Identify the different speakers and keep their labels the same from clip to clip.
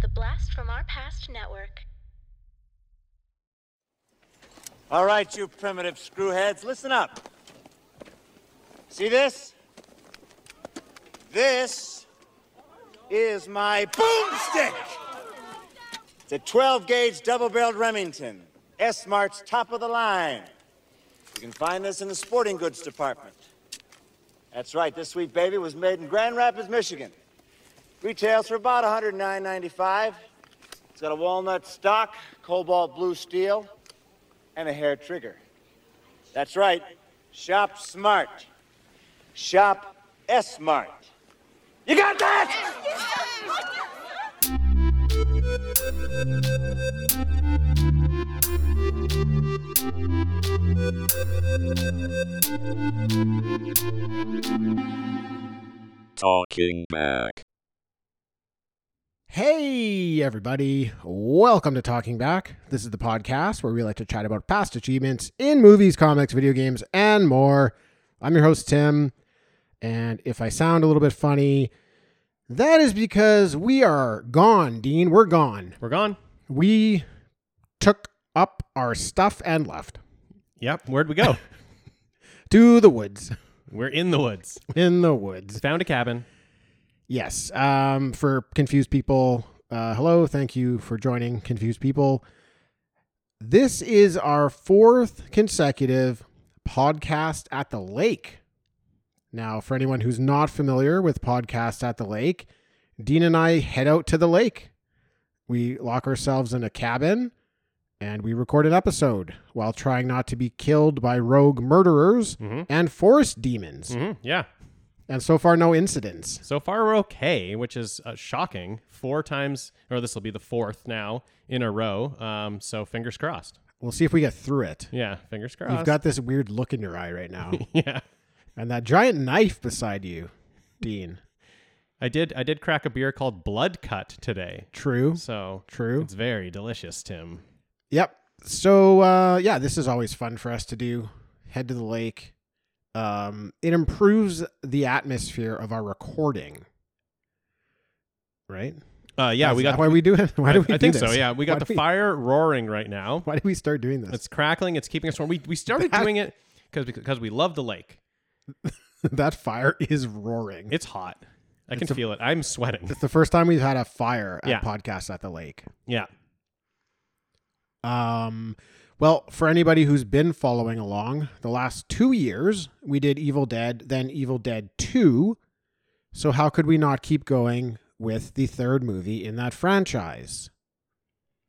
Speaker 1: The Blast from Our Past Network.
Speaker 2: All right, you primitive screwheads, listen up. See this? This is my boomstick. It's a 12 gauge double barreled Remington, S Mart's top of the line. You can find this in the sporting goods department. That's right, this sweet baby was made in Grand Rapids, Michigan. Retails for about $109.95. It's got a walnut stock, cobalt blue steel, and a hair trigger. That's right, shop smart. Shop S Mart. You got that?
Speaker 3: Talking back.
Speaker 4: Hey, everybody. Welcome to Talking Back. This is the podcast where we like to chat about past achievements in movies, comics, video games, and more. I'm your host, Tim. And if I sound a little bit funny, that is because we are gone, Dean. We're gone.
Speaker 5: We're gone.
Speaker 4: We took up our stuff and left
Speaker 5: Yep. Where'd we go?
Speaker 4: to the woods.
Speaker 5: We're in the woods.
Speaker 4: In the woods.
Speaker 5: Found a cabin.
Speaker 4: Yes. Um, for confused people, uh, hello. Thank you for joining, confused people. This is our fourth consecutive podcast at the lake. Now, for anyone who's not familiar with podcast at the lake, Dean and I head out to the lake. We lock ourselves in a cabin and we record an episode while trying not to be killed by rogue murderers
Speaker 5: Mhm.
Speaker 4: and forest demons.
Speaker 5: hmm Yeah.
Speaker 4: And so far, no incidents.
Speaker 5: So far, we're okay, which is uh, shocking. Four times, or this will be the fourth now in a row. Um, so fingers crossed.
Speaker 4: We'll see if we get through it.
Speaker 5: Yeah, fingers crossed.
Speaker 4: You've got this weird look in your eye right now,
Speaker 5: yeah.
Speaker 4: and that giant knife beside you, Dean.
Speaker 5: I did. I did crack a beer called Blood Cut today.
Speaker 4: True.
Speaker 5: So
Speaker 4: True.
Speaker 5: It's very delicious, Tim.
Speaker 4: Yep. So uh, yeah, this is always fun for us to do. Head to the lake. Um, it improves the atmosphere of our recording. Right.
Speaker 5: Uh, yeah,
Speaker 4: Is
Speaker 5: we
Speaker 4: that
Speaker 5: got.
Speaker 4: why we do it. Why do we?
Speaker 5: I
Speaker 4: do
Speaker 5: think so.
Speaker 4: this?
Speaker 5: Yeah,
Speaker 4: Why
Speaker 5: we got
Speaker 4: do
Speaker 5: the fire roaring right now.
Speaker 4: Why did we start doing this?
Speaker 5: It's crackling. It's keeping us warm. We we started
Speaker 4: That-
Speaker 5: doing it because because we love the lake.
Speaker 4: that fire is roaring.
Speaker 5: It's hot. I can feel it. I'm sweating.
Speaker 4: It's the first time we've had a fire at
Speaker 5: Yeah.
Speaker 4: podcast at the lake.
Speaker 5: Yeah.
Speaker 4: Um, well, for anybody who's been following along, the last two years we did Evil Dead, then Evil Dead 2. So, how could we not keep going with the third movie in that franchise?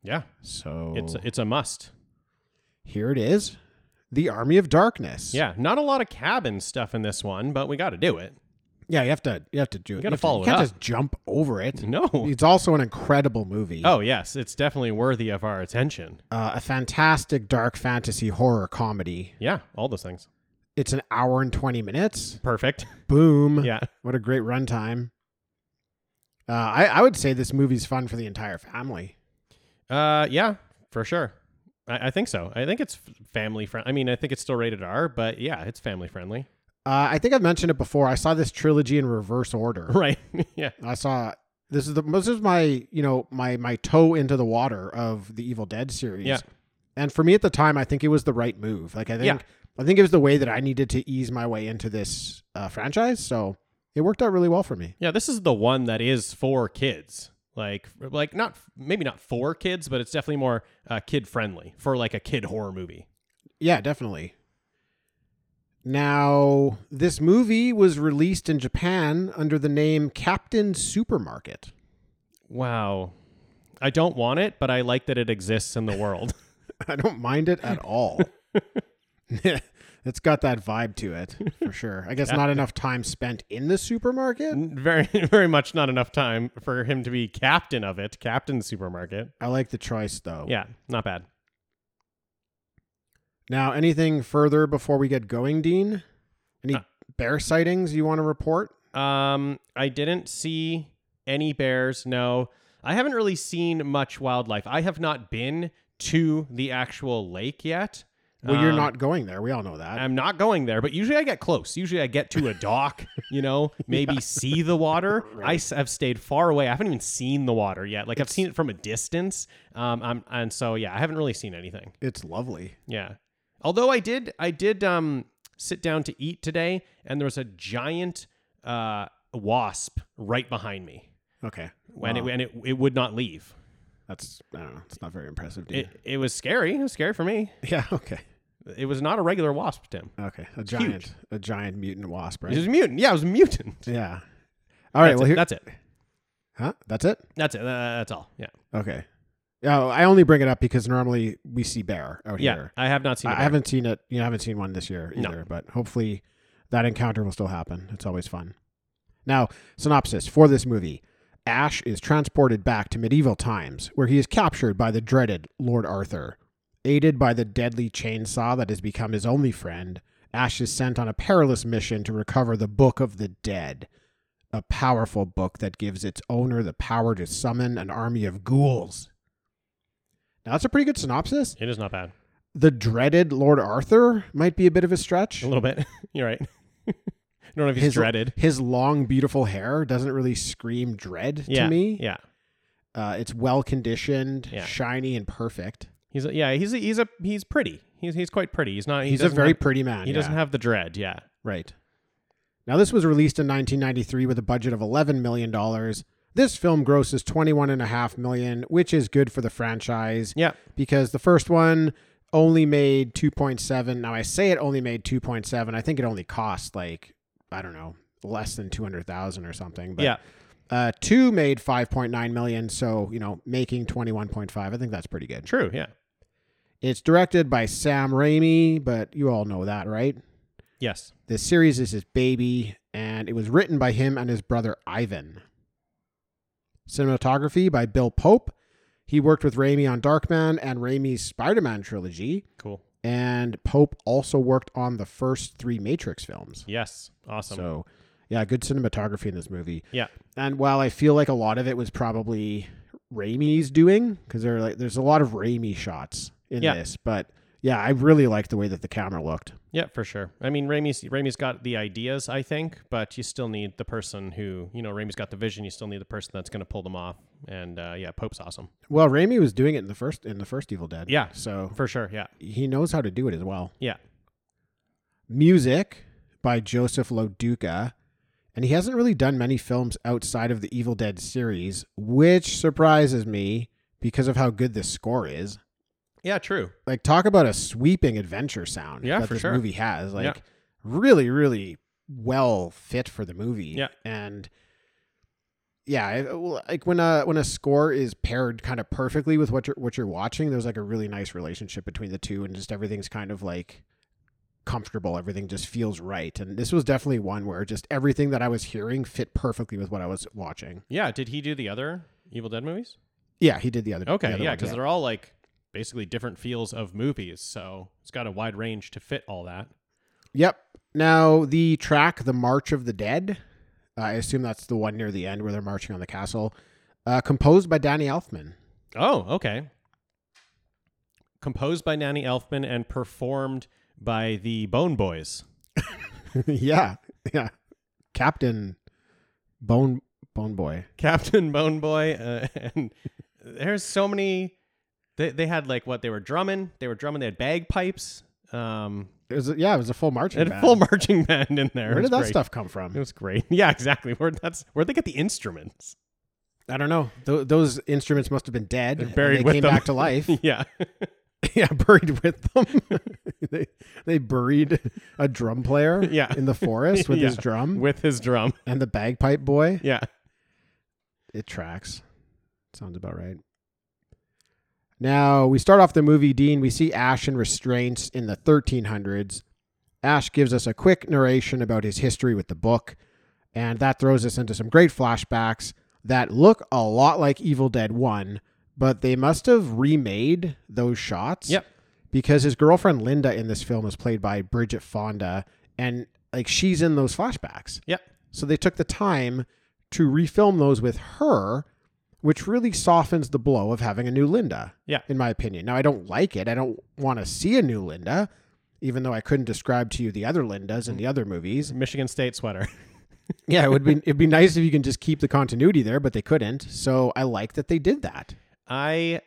Speaker 5: Yeah. Oh.
Speaker 4: So,
Speaker 5: It's it's a must.
Speaker 4: here it is The Army of Darkness.
Speaker 5: Yeah. Not a lot of cabin stuff in this one, but we got to do it.
Speaker 4: Yeah, you have to, you have to do it.
Speaker 5: gotta
Speaker 4: have to-
Speaker 5: follow
Speaker 4: You
Speaker 5: it
Speaker 4: can't
Speaker 5: up.
Speaker 4: just jump over it.
Speaker 5: No.
Speaker 4: It's also an incredible movie.
Speaker 5: Oh yes, it's definitely worthy of our attention.
Speaker 4: Uh, a fantastic dark fantasy horror comedy.
Speaker 5: Yeah, all those things.
Speaker 4: It's an hour and 20 minutes.
Speaker 5: Perfect.
Speaker 4: Boom.
Speaker 5: Yeah.
Speaker 4: What a great runtime. Uh, I, I would say this movie's fun for the entire family.
Speaker 5: Uh, yeah, for sure. I, I think so. I think it's family friendly. I mean, I think it's still rated R, but yeah, it's family friendly.
Speaker 4: Uh, I think I've mentioned it before. I saw this trilogy in reverse order.
Speaker 5: Right. yeah.
Speaker 4: I saw this is the this is my you know my my toe into the water of the Evil Dead series.
Speaker 5: Yeah.
Speaker 4: And for me at the time, I think it was the right move. Like I think
Speaker 5: Yeah.
Speaker 4: I think it was the way that I needed to ease my way into this uh, franchise. So it worked out really well for me.
Speaker 5: Yeah, this is the one that is for kids. Like, like not maybe not for kids, but it's definitely more uh, kid friendly for like a kid horror movie.
Speaker 4: Yeah, definitely. Now, this movie was released in Japan under the name Captain Supermarket.
Speaker 5: Wow. I don't want it, but I like that it exists in the world.
Speaker 4: I don't mind it at all. it's got that vibe to it, for sure. I guess not enough time spent in the supermarket.
Speaker 5: very, very much not enough time for him to be captain of it, captain supermarket.
Speaker 4: I like the choice, though.
Speaker 5: Yeah, not bad.
Speaker 4: Now, anything further before we get going, Dean? Any
Speaker 5: Uh.
Speaker 4: bear sightings you want to report?
Speaker 5: Um, I didn't see any bears. No, I haven't really seen much wildlife. I have not been to the actual lake yet.
Speaker 4: Well, you're
Speaker 5: Um,
Speaker 4: not going there. We all know that.
Speaker 5: I'm not going there, but usually I get close. Usually I get to a dock, you know, maybe see the water. I s- have stayed far away. I haven't even seen the water yet. Like I've seen it from a distance. Um, I'm, and so yeah, I haven't really seen anything.
Speaker 4: it's lovely.
Speaker 5: Yeah. Although I did, I did um, sit down to eat today, and there was a giant uh, wasp right behind me,
Speaker 4: Okay.
Speaker 5: and it and it, it would not leave.
Speaker 4: That's I don't know. It's not very impressive, dude.
Speaker 5: It it was scary. It was scary for me.
Speaker 4: yeah. Okay.
Speaker 5: It was not a regular wasp, Tim.
Speaker 4: Okay. A giant, a giant mutant wasp,
Speaker 5: It was
Speaker 4: right?
Speaker 5: a mutant. Yeah, it was a mutant.
Speaker 4: Yeah. All right.
Speaker 5: That's
Speaker 4: well,
Speaker 5: it.
Speaker 4: here.
Speaker 5: that's it.
Speaker 4: huh? That's it.
Speaker 5: That's it. Uh, that's all. Yeah.
Speaker 4: Okay. Oh, I only bring it up because normally we see bear out
Speaker 5: Yeah.
Speaker 4: here.
Speaker 5: I have not seen.
Speaker 4: I,
Speaker 5: a
Speaker 4: I
Speaker 5: bear.
Speaker 4: haven't seen it. You know, I haven't seen one this year
Speaker 5: No.
Speaker 4: either. But hopefully, that encounter will still happen. It's always fun. Now, synopsis for this movie: Ash is transported back to medieval times, where he is captured by the dreaded Lord Arthur. Aided by the deadly chainsaw that has become his only friend, Ash is sent on a perilous mission to recover the Book of the Dead, a powerful book that gives its owner the power to summon an army of ghouls. Now, that's a pretty good synopsis
Speaker 5: It is not bad.
Speaker 4: the dreaded Lord Arthur might be a bit of a stretch.
Speaker 5: A little bit. You're right. I don't know if he's dreaded.
Speaker 4: His long, beautiful hair doesn't really scream dread
Speaker 5: Yeah.
Speaker 4: to me.
Speaker 5: Yeah.
Speaker 4: Uh, it's well conditioned,
Speaker 5: Yeah.
Speaker 4: shiny, and perfect.
Speaker 5: He's a, yeah. He's a, he's a he's pretty. He's he's quite pretty. He's not. He
Speaker 4: He's a
Speaker 5: doesn't
Speaker 4: very
Speaker 5: have-
Speaker 4: pretty man.
Speaker 5: He
Speaker 4: yeah.
Speaker 5: doesn't have the dread. Yeah.
Speaker 4: Right. Now, this was released in 1993 with a budget of $11 million. This film grosses $21.5 million, which is good for the franchise.
Speaker 5: Yeah.
Speaker 4: because the first one only made 2.7 now i say it only made 2.7 i think it only cost like i don't know less than 200000 or something but
Speaker 5: yeah.
Speaker 4: uh, two made 5.9 million so you know making 21.5 i think that's pretty good
Speaker 5: True. Yeah.
Speaker 4: it's directed by sam raimi but you all know that right
Speaker 5: Yes.
Speaker 4: the series is his baby and it was written by him and his brother ivan cinematography by bill pope he worked with raimi on darkman and raimi's spider-man trilogy
Speaker 5: Cool.
Speaker 4: and Pope also worked on the first three Matrix films.
Speaker 5: Yes. Awesome.
Speaker 4: So, yeah, good cinematography in this movie.
Speaker 5: yeah.
Speaker 4: And while I feel like a lot of it was probably Raimi's doing, because there are like there's a lot of Raimi shots in
Speaker 5: Yeah.
Speaker 4: this, but yeah, I really liked the way that the camera looked.
Speaker 5: Yeah, for sure. I mean, Raimi's Raimi's got the ideas, I think, but you still need the person who, you know, Raimi's got the vision. You still need the person that's going to pull them off. And uh, yeah, Pope's awesome
Speaker 4: Well, Raimi was doing it in the first in the first Evil Dead.
Speaker 5: Yeah.
Speaker 4: So
Speaker 5: for sure. Yeah,
Speaker 4: he knows how to do it as well.
Speaker 5: yeah,
Speaker 4: Music by Joseph Loduca. And he hasn't really done many films outside of the Evil Dead series, which surprises me because of how good this score is.
Speaker 5: yeah. True.
Speaker 4: Like, talk about a sweeping adventure sound
Speaker 5: Yeah,
Speaker 4: that
Speaker 5: for
Speaker 4: this
Speaker 5: sure.
Speaker 4: movie has. Like,
Speaker 5: Yeah.
Speaker 4: really, really well fit for the movie.
Speaker 5: Yeah.
Speaker 4: And yeah, I- well, like when a when a score is paired kind of perfectly with what you're what you're watching, there's like a really nice relationship between the two, and just everything's kind of like comfortable. Everything just feels right. And this was definitely one where just everything that I was hearing fit perfectly with what I was watching.
Speaker 5: Yeah. Did he do the other Evil Dead movies?
Speaker 4: Yeah, he did the other. the
Speaker 5: Okay. Yeah,
Speaker 4: other one,
Speaker 5: because they're all like basically different feels of movies, so it's got a wide range to fit all that.
Speaker 4: Yep. Now the track, "The March of the Dead," uh, I assume that's the one near the end where they're marching on the castle, uh, composed by Danny Elfman.
Speaker 5: Oh, okay. Composed by Nanny Elfman and performed by the Bone Boys.
Speaker 4: yeah, yeah, Captain Bone Bone Boy.
Speaker 5: Captain Bone Boy, uh, and there's so many. They they had like what they were drumming. They were drumming. They had bagpipes. Um,
Speaker 4: It was, yeah, it was a full marching.
Speaker 5: they had a
Speaker 4: band.
Speaker 5: full marching band in there. It
Speaker 4: Where
Speaker 5: was
Speaker 4: did that
Speaker 5: great.
Speaker 4: stuff come
Speaker 5: It
Speaker 4: from?
Speaker 5: was great. Yeah, exactly. Where that's where they get the instruments.
Speaker 4: I don't know. Th- those instruments must have been dead.
Speaker 5: They're
Speaker 4: and
Speaker 5: buried
Speaker 4: they
Speaker 5: with
Speaker 4: came
Speaker 5: them.
Speaker 4: back to life.
Speaker 5: yeah,
Speaker 4: yeah, buried with them. they they buried a drum player.
Speaker 5: Yeah.
Speaker 4: in the forest with his
Speaker 5: Yeah.
Speaker 4: drum
Speaker 5: with his drum.
Speaker 4: and the bagpipe boy.
Speaker 5: Yeah,
Speaker 4: It tracks. Sounds about right. Now, we start off the movie, Dean. We see Ash in restraints in the 1300s. Ash gives us a quick narration about his history with the book, and that throws us into some great flashbacks that look a lot like Evil Dead 1, but they must have remade those shots.
Speaker 5: Yep.
Speaker 4: Because his girlfriend Linda in this film is played by Bridget Fonda, and like she's in those flashbacks.
Speaker 5: yeah.
Speaker 4: So they took the time to refilm those with her, which really softens the blow of having a new Linda.
Speaker 5: Yeah.
Speaker 4: In my opinion. Now, I don't like it. I don't want to see a new Linda, even though I couldn't describe to you the other Lindas in the other movies.
Speaker 5: Michigan State sweater.
Speaker 4: Yeah, it would be it'd be nice if you can just keep the continuity there, but they couldn't. So I like that they did that.
Speaker 5: I,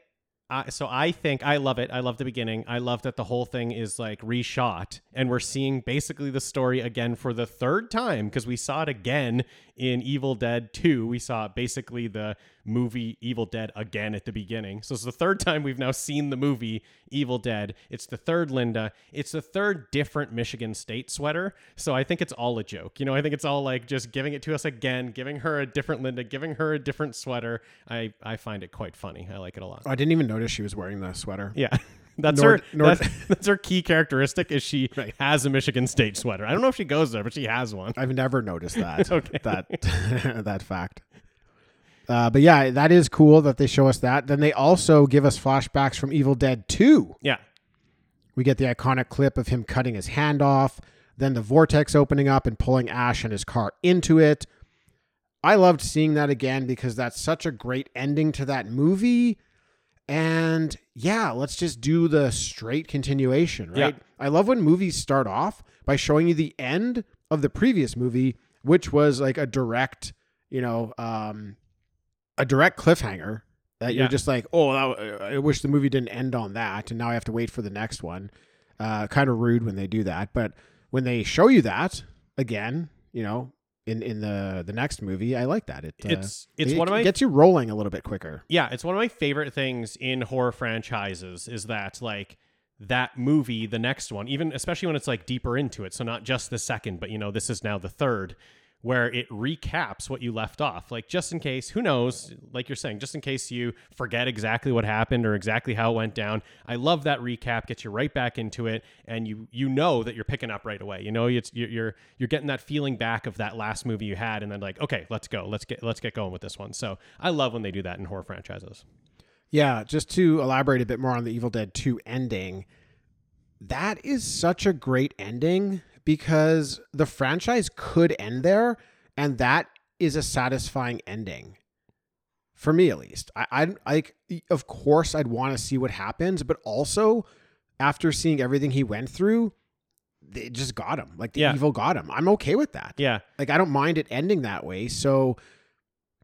Speaker 5: I so I think I love it. I love the beginning. I love that the whole thing is like reshot and we're seeing basically the story again for the third time because we saw it again in Evil Dead 2. We saw basically the movie Evil Dead again at the beginning. So it's the third time we've now seen the movie Evil Dead. It's the third Linda. It's the third different Michigan State sweater. So I think it's all a joke. You know, I think it's all like just giving it to us again, giving her a different Linda, giving her a different sweater. I I find it quite funny. I like it a lot.
Speaker 4: I didn't even notice she was wearing the sweater.
Speaker 5: Yeah. That's
Speaker 4: Nor-
Speaker 5: her.
Speaker 4: nor-
Speaker 5: that's, that's her key characteristic is she has a Michigan State sweater. I don't know if she goes there, but she has one.
Speaker 4: I've never noticed that.
Speaker 5: Okay.
Speaker 4: That that fact. Uh, but yeah, that is cool that they show us that. Then they also give us flashbacks from Evil Dead 2.
Speaker 5: Yeah,
Speaker 4: We get the iconic clip of him cutting his hand off, then the vortex opening up and pulling Ash and his car into it. I loved seeing that again because that's such a great ending to that movie. And yeah, let's just do the straight continuation, right?
Speaker 5: Yeah.
Speaker 4: I love when movies start off by showing you the end of the previous movie, which was like a direct, you know, um, a direct cliffhanger that
Speaker 5: Yeah.
Speaker 4: you're just like, oh, that, I wish the movie didn't end on that, and now I have to wait for the next one. Uh, kind of rude when they do that, but when they show you that again, you know, in in the the next movie, I like that. It uh,
Speaker 5: it's it's
Speaker 4: it
Speaker 5: one of my
Speaker 4: gets you rolling a little bit quicker.
Speaker 5: yeah, it's one of my favorite things in horror franchises is that like that movie, the next one, even especially when it's like deeper into it, so not just the second, but you know, this is now the third where it recaps what you left off. Like just in case, who knows, like you're saying, just in case you forget exactly what happened or exactly how it went down. I love that recap gets you right back into it and you you know that you're picking up right away. You know it's you're you're, you're getting that feeling back of that last movie you had and then like, okay, let's go. Let's get let's get going with this one. So, I love when they do that in horror franchises.
Speaker 4: Yeah, just to elaborate a bit more on the Evil Dead 2 ending, that is such a great ending because the franchise could end there, and that is a satisfying ending. For me at least. I I like of course I'd want to see what happens, but also after seeing everything he went through, it just got him. Like the
Speaker 5: Yeah.
Speaker 4: evil got him. I'm okay with that.
Speaker 5: Yeah.
Speaker 4: Like I don't mind it ending that way. So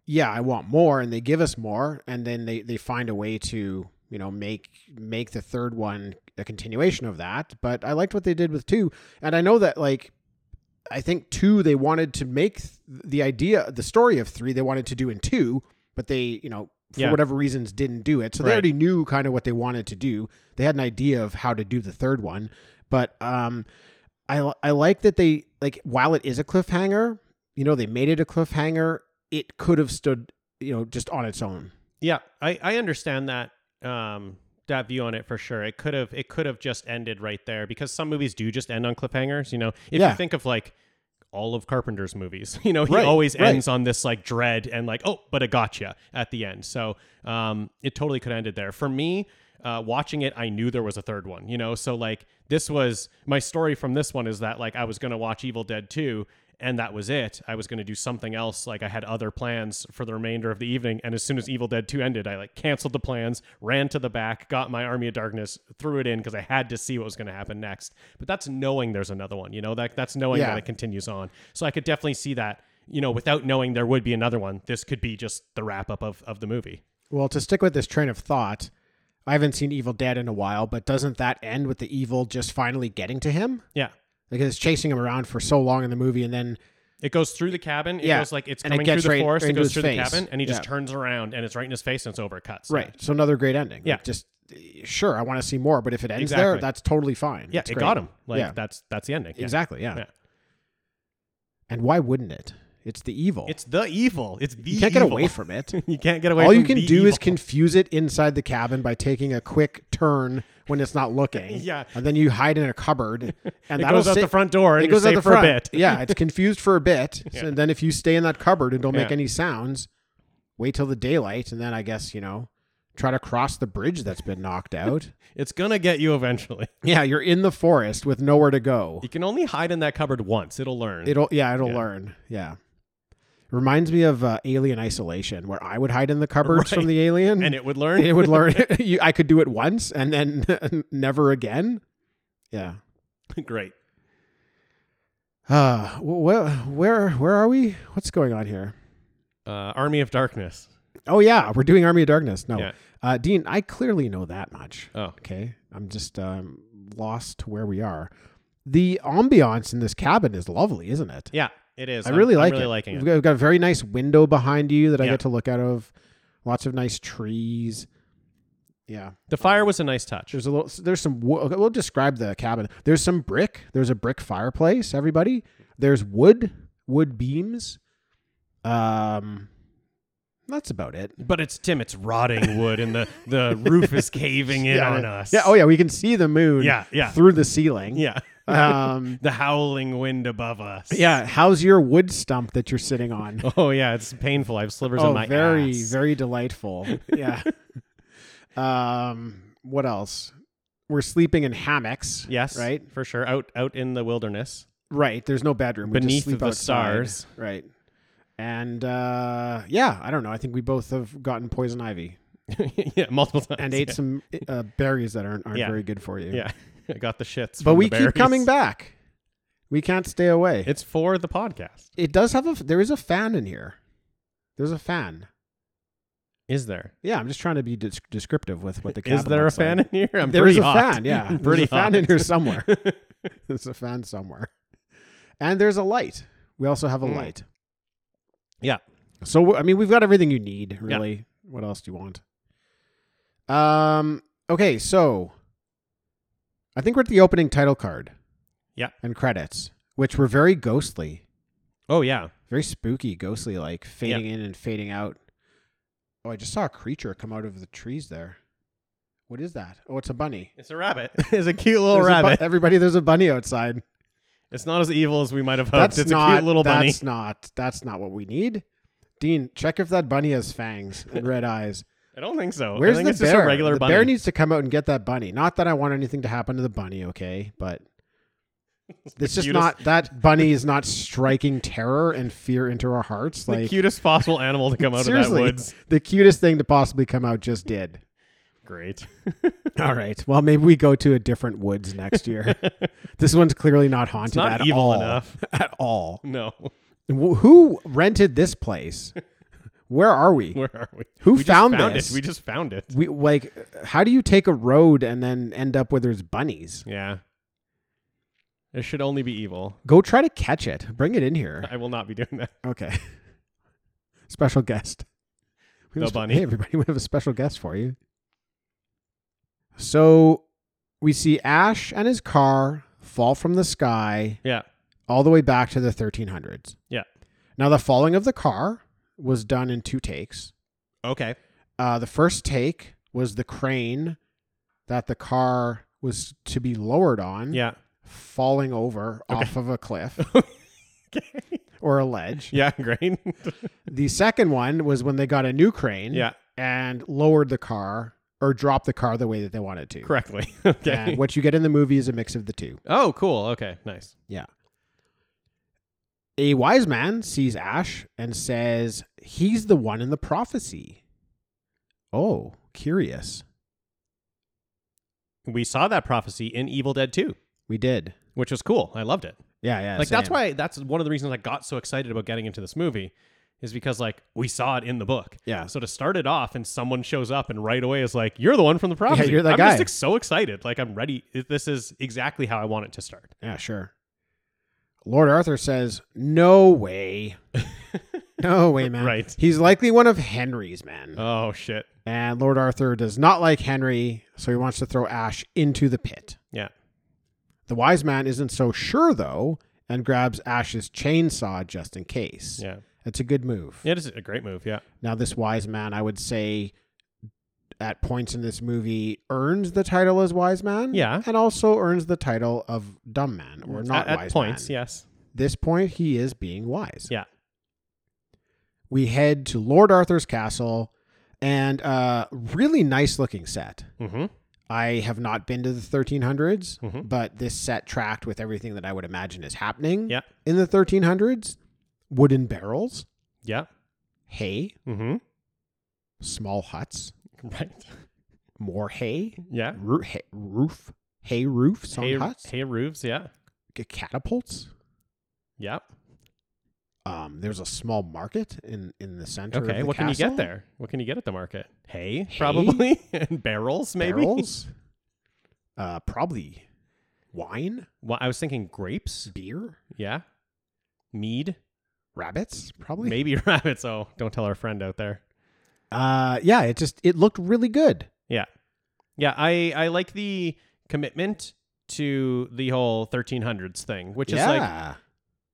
Speaker 4: yeah, I want more and they give us more and then they they find a way to, you know, make make the third one a continuation of that, but I liked what they did with 2 and I know that like I think 2 they wanted to make th- the idea the story of 3 they wanted to do in 2, but they, you know, for
Speaker 5: Yeah.
Speaker 4: whatever reasons didn't do it. So they
Speaker 5: Right.
Speaker 4: already knew kind of what they wanted to do. They had an idea of how to do the third one, but um I I like that they like while it is a cliffhanger, you know, they made it a cliffhanger. It could have stood, you know, just on its own.
Speaker 5: Yeah, I, I understand that um that view on it for sure. It could have it could have just ended right there because some movies do just end on cliffhangers, you know. If
Speaker 4: Yeah.
Speaker 5: you think of like all of Carpenter's movies, you know, he
Speaker 4: Right,
Speaker 5: always
Speaker 4: right.
Speaker 5: ends on this like dread and like, oh, but it gotcha at the end. So um it totally could have ended there. For me, uh, watching it, I knew there was a third one, you know. So like this was my story from this one is that like I was gonna watch Evil Dead 2 and that was it. I was gonna do something else. Like I had other plans for the remainder of the evening. And as soon as Evil Dead 2 ended, I like canceled the plans, ran to the back, got my Army of Darkness, threw it in because I had to see what was gonna happen next. But that's knowing there's another one, you know, that that's knowing
Speaker 4: Yeah.
Speaker 5: that it continues on. So I could definitely see that, you know, without knowing there would be another one, this could be just the wrap up of, of the movie.
Speaker 4: Well, to stick with this train of thought, I haven't seen Evil Dead in a while, but doesn't that end with the evil just finally getting to him?
Speaker 5: Yeah.
Speaker 4: Like it's chasing him around for so long in the movie, and then
Speaker 5: It goes through the cabin. It
Speaker 4: Yeah.
Speaker 5: goes like it's
Speaker 4: And it
Speaker 5: coming
Speaker 4: gets
Speaker 5: through the
Speaker 4: right
Speaker 5: forest. It
Speaker 4: into
Speaker 5: goes
Speaker 4: his
Speaker 5: through
Speaker 4: face.
Speaker 5: the cabin, and he just
Speaker 4: Yeah.
Speaker 5: turns around, and it's right in his face, and it's over. It cuts.
Speaker 4: right, so another great ending. Like,
Speaker 5: Yeah.
Speaker 4: just sure, I want to see more, but if it ends there,
Speaker 5: Exactly.
Speaker 4: that's totally fine.
Speaker 5: Yeah,
Speaker 4: It's
Speaker 5: it
Speaker 4: great.
Speaker 5: got him. Like
Speaker 4: Yeah.
Speaker 5: that's that's the ending. Yeah.
Speaker 4: Exactly. Yeah.
Speaker 5: Yeah.
Speaker 4: And why wouldn't it? It's the evil.
Speaker 5: It's the evil. It's the
Speaker 4: you can't get
Speaker 5: evil.
Speaker 4: away from it.
Speaker 5: you can't get away.
Speaker 4: All
Speaker 5: from
Speaker 4: you can
Speaker 5: the
Speaker 4: do is
Speaker 5: evil.
Speaker 4: confuse it inside the cabin by taking a quick turn when it's not looking.
Speaker 5: Yeah.
Speaker 4: And then you hide in a cupboard and
Speaker 5: It
Speaker 4: that'll
Speaker 5: goes out
Speaker 4: sit-
Speaker 5: the front door and
Speaker 4: it
Speaker 5: you're
Speaker 4: goes out
Speaker 5: safe
Speaker 4: the
Speaker 5: for a
Speaker 4: front.
Speaker 5: bit.
Speaker 4: yeah, it's confused for a bit. So,
Speaker 5: Yeah.
Speaker 4: and then if you stay in that cupboard and don't make
Speaker 5: Yeah.
Speaker 4: any sounds, wait till the daylight and then I guess, you know, try to cross the bridge that's been knocked out.
Speaker 5: It's gonna get you eventually.
Speaker 4: yeah, you're in the forest with nowhere to go.
Speaker 5: You can only hide in that cupboard once. It'll learn.
Speaker 4: It'll yeah, it'll
Speaker 5: Yeah.
Speaker 4: learn. Yeah. Reminds me of uh, Alien Isolation, where I would hide in the cupboards from the alien,
Speaker 5: and it would learn.
Speaker 4: it would learn. you, I could do it once and then never again. Yeah.
Speaker 5: Great.
Speaker 4: Uh, where where where are we? What's going on here?
Speaker 5: Uh, Army of Darkness.
Speaker 4: Oh yeah, we're doing Army of Darkness. No,
Speaker 5: Yeah.
Speaker 4: uh, Dean, I clearly know that much.
Speaker 5: Oh.
Speaker 4: Okay, I'm just um, lost to where we are. The ambiance in this cabin is lovely, isn't it?
Speaker 5: Yeah, it is.
Speaker 4: I
Speaker 5: I'm-
Speaker 4: really
Speaker 5: I'm
Speaker 4: like
Speaker 5: really
Speaker 4: it.
Speaker 5: liking
Speaker 4: We've
Speaker 5: it.
Speaker 4: got, we've got a very nice window behind you that I
Speaker 5: Yeah.
Speaker 4: get to look out of. Lots of nice trees. Yeah,
Speaker 5: The fire was a nice touch.
Speaker 4: there's a little. There's some. wo- okay, We'll describe the cabin. There's some brick. There's a brick fireplace. Everybody. There's wood. Wood beams. Um, that's about it.
Speaker 5: But it's Tim. It's rotting wood, and the the roof is caving in
Speaker 4: yeah,
Speaker 5: on
Speaker 4: yeah.
Speaker 5: us.
Speaker 4: Yeah. Oh yeah, we can see the moon.
Speaker 5: Yeah, yeah.
Speaker 4: Through the ceiling.
Speaker 5: yeah.
Speaker 4: Um.
Speaker 5: the howling wind above us.
Speaker 4: yeah. How's your wood stump that you're sitting on?
Speaker 5: Oh yeah, it's painful. I have slivers on my
Speaker 4: Oh, very,
Speaker 5: ass.
Speaker 4: very delightful. Yeah. um. What else? We're sleeping in hammocks.
Speaker 5: Yes,
Speaker 4: Right.
Speaker 5: for sure. Out out in the wilderness.
Speaker 4: Right. There's no bedroom. We
Speaker 5: Beneath
Speaker 4: just sleep
Speaker 5: the
Speaker 4: outside.
Speaker 5: stars.
Speaker 4: Right. And uh, yeah, I don't know. I think we both have gotten poison ivy
Speaker 5: yeah, multiple times.
Speaker 4: and ate some uh, berries that aren't, aren't
Speaker 5: Yeah.
Speaker 4: very good for you.
Speaker 5: Yeah, I got the shits.
Speaker 4: But
Speaker 5: from
Speaker 4: we
Speaker 5: the
Speaker 4: keep
Speaker 5: berries.
Speaker 4: coming back. We can't stay away.
Speaker 5: It's for the podcast.
Speaker 4: It does have a. There is a fan in here. There's a fan.
Speaker 5: Is there?
Speaker 4: Yeah, I'm just trying to be des- descriptive with what the.
Speaker 5: Is
Speaker 4: cabin
Speaker 5: there a
Speaker 4: looks
Speaker 5: fan
Speaker 4: Like.
Speaker 5: in here? I'm
Speaker 4: There
Speaker 5: pretty
Speaker 4: is a
Speaker 5: hot.
Speaker 4: fan. Yeah,
Speaker 5: I'm
Speaker 4: there's
Speaker 5: pretty
Speaker 4: a fan in
Speaker 5: hot.
Speaker 4: here somewhere. there's a fan somewhere, and there's a light. We also have a
Speaker 5: Mm.
Speaker 4: light.
Speaker 5: yeah,
Speaker 4: So I mean, we've got everything you need. Really, what else do you want? Um. Okay, so I think we're at the opening title card.
Speaker 5: Yeah.
Speaker 4: And credits, which were very ghostly.
Speaker 5: Oh yeah.
Speaker 4: very spooky, ghostly, like fading in and fading out. Oh, I just saw a creature come out of the trees there. What is that? Oh, it's a bunny.
Speaker 5: It's a rabbit. it's a cute little
Speaker 4: There's a bu-
Speaker 5: rabbit.
Speaker 4: everybody, there's a bunny outside.
Speaker 5: it's not as evil as we might have hoped.
Speaker 4: that's
Speaker 5: it's
Speaker 4: not.
Speaker 5: a cute little bunny.
Speaker 4: That's not. That's not what we need. Dean, check if that bunny has fangs and red eyes.
Speaker 5: I don't think so.
Speaker 4: Where's
Speaker 5: I think
Speaker 4: the
Speaker 5: it's
Speaker 4: bear?
Speaker 5: just a regular
Speaker 4: the
Speaker 5: bunny.
Speaker 4: bear needs to come out and get that bunny. Not that I want anything to happen to the bunny, okay? But it's just
Speaker 5: cutest-
Speaker 4: not that bunny is not striking terror and fear into our hearts.
Speaker 5: the
Speaker 4: Like
Speaker 5: cutest possible animal to come out of that
Speaker 4: Seriously,
Speaker 5: woods.
Speaker 4: The cutest thing to possibly come out just did.
Speaker 5: Great.
Speaker 4: All right. Well, maybe we go to a different woods next year. this one's clearly not haunted
Speaker 5: It's not
Speaker 4: at
Speaker 5: evil
Speaker 4: all.
Speaker 5: enough.
Speaker 4: At all.
Speaker 5: No.
Speaker 4: Wh- Who rented this place? Where are we?
Speaker 5: Where are we?
Speaker 4: Who
Speaker 5: we just
Speaker 4: found
Speaker 5: found
Speaker 4: this?
Speaker 5: It. We just found it.
Speaker 4: We like how do you take a road and then end up where there's bunnies?
Speaker 5: Yeah. It should only be evil.
Speaker 4: Go try to catch it. Bring it in here.
Speaker 5: I will not be doing that.
Speaker 4: Okay. Special guest. We have
Speaker 5: The
Speaker 4: a spe-
Speaker 5: bunny.
Speaker 4: Hey, everybody, we have a special guest for you. So we see Ash and his car fall from the sky
Speaker 5: Yeah.
Speaker 4: all the way back to the 1300s.
Speaker 5: Yeah.
Speaker 4: Now, the falling of the car was done in two takes.
Speaker 5: Okay.
Speaker 4: Uh, the first take was the crane that the car was to be lowered on,
Speaker 5: Yeah.
Speaker 4: falling over off of a cliff or a ledge.
Speaker 5: Yeah. Great.
Speaker 4: The second one was when they got a new crane
Speaker 5: yeah.
Speaker 4: and lowered the car or dropped the car the way that they wanted to.
Speaker 5: Correctly.
Speaker 4: And
Speaker 5: Okay.
Speaker 4: what you get in the movie is a mix of the two.
Speaker 5: Oh, cool. Okay. Nice.
Speaker 4: A wise man sees Ash and says, He's the one in the prophecy. Oh, curious.
Speaker 5: We saw that prophecy in Evil Dead 2,
Speaker 4: We did.
Speaker 5: which was cool. I loved it.
Speaker 4: Yeah, yeah.
Speaker 5: like that's
Speaker 4: same.
Speaker 5: why that's one of the reasons I got so excited about getting into this movie is because like we saw it in the book.
Speaker 4: Yeah.
Speaker 5: So to start it off and someone shows up and right away is like, "You're the one from the prophecy."
Speaker 4: you're that
Speaker 5: I'm
Speaker 4: guy.
Speaker 5: just like, so excited. Like I'm ready. This is exactly how I want it to start.
Speaker 4: Yeah, sure. Lord Arthur says, No way. no way, man.
Speaker 5: Right.
Speaker 4: He's likely one of Henry's men.
Speaker 5: Oh shit.
Speaker 4: and Lord Arthur does not like Henry, so he wants to throw Ash into the pit.
Speaker 5: Yeah.
Speaker 4: The wise man isn't so sure, though, and grabs Ash's chainsaw just in case.
Speaker 5: Yeah.
Speaker 4: It's a good move.
Speaker 5: Yeah, it is a great move. Yeah.
Speaker 4: Now, this wise man, I would say, at points in this movie, earns the title as wise man.
Speaker 5: Yeah.
Speaker 4: And also earns the title of dumb man or not
Speaker 5: at,
Speaker 4: wise
Speaker 5: at points,
Speaker 4: man.
Speaker 5: yes.
Speaker 4: This point, he is being wise.
Speaker 5: Yeah.
Speaker 4: We head to Lord Arthur's castle and uh, really nice looking set.
Speaker 5: Mhm.
Speaker 4: I have not been to the 1300s,
Speaker 5: Mhm.
Speaker 4: but this set tracked with everything that I would imagine is happening
Speaker 5: Yeah.
Speaker 4: in the 1300s. Wooden barrels,
Speaker 5: Yeah.
Speaker 4: hay,
Speaker 5: Mm-hmm.
Speaker 4: small huts,
Speaker 5: Right.
Speaker 4: more hay,
Speaker 5: Yeah.
Speaker 4: roo- hay roof, hay roofs on
Speaker 5: Hay,
Speaker 4: huts,
Speaker 5: hay roofs. Yeah.
Speaker 4: c- catapults.
Speaker 5: Yeah.
Speaker 4: Um, there's a small market in in the center. of
Speaker 5: Okay.
Speaker 4: the
Speaker 5: What can you get
Speaker 4: castle.
Speaker 5: there? What can you get at the market? Hay,
Speaker 4: Hay?
Speaker 5: probably, and barrels, maybe.
Speaker 4: Barrels, uh, probably wine,
Speaker 5: Well, I was thinking grapes.
Speaker 4: beer,
Speaker 5: Yeah. Mead.
Speaker 4: rabbits, probably.
Speaker 5: Maybe rabbits. Oh, don't tell our friend out there.
Speaker 4: Uh, yeah, it just it looked really good.
Speaker 5: Yeah. Yeah, I I like the commitment to the whole 1300s thing, which is like
Speaker 4: yeah,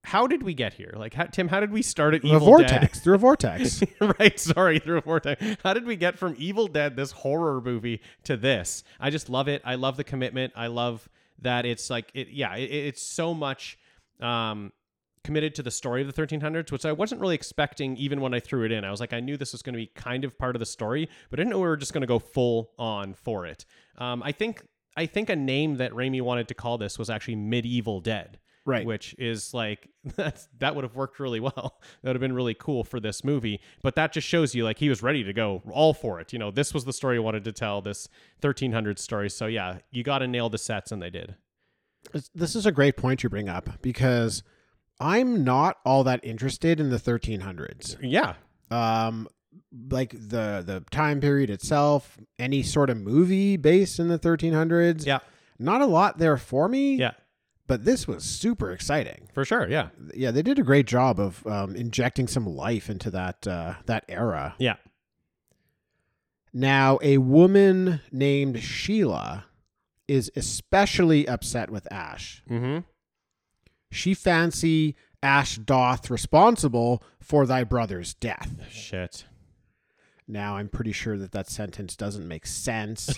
Speaker 5: how did we get here? Like how, Tim, how did we start at
Speaker 4: a
Speaker 5: Evil
Speaker 4: vortex through a vortex.
Speaker 5: Dead? right, sorry, through a vortex. How did we get from Evil Dead this horror movie to this? I just love it. I love the commitment. I love that it's like it yeah, it, it's so much um committed to the story of the 1300s, which I wasn't really expecting even when I threw it in. I was like, I knew this was going to be kind of part of the story, but I didn't know we were just going to go full on for it. Um, I think I think a name that Raimi wanted to call this was actually Medieval Dead.
Speaker 4: Right.
Speaker 5: Which is like that's that would have worked really well. That would have been really cool for this movie. But that just shows you like he was ready to go all for it. You know, this was the story he wanted to tell, this 1300 story. So yeah, you got to nail the sets, and they did.
Speaker 4: This- This is a great point you bring up because I'm not all that interested in the 1300s.
Speaker 5: Yeah.
Speaker 4: um like the the time period itself any sort of movie based in the 1300s
Speaker 5: Yeah.
Speaker 4: not a lot there for me
Speaker 5: Yeah.
Speaker 4: but this was super exciting
Speaker 5: For sure. Yeah.
Speaker 4: yeah they did a great job of um, injecting some life into that uh, that era
Speaker 5: Yeah.
Speaker 4: now a woman named sheila is especially upset with ash
Speaker 5: Mhm.
Speaker 4: she fancy ash doth responsible for thy brother's death
Speaker 5: Shit.
Speaker 4: Now I'm pretty sure that that sentence doesn't make sense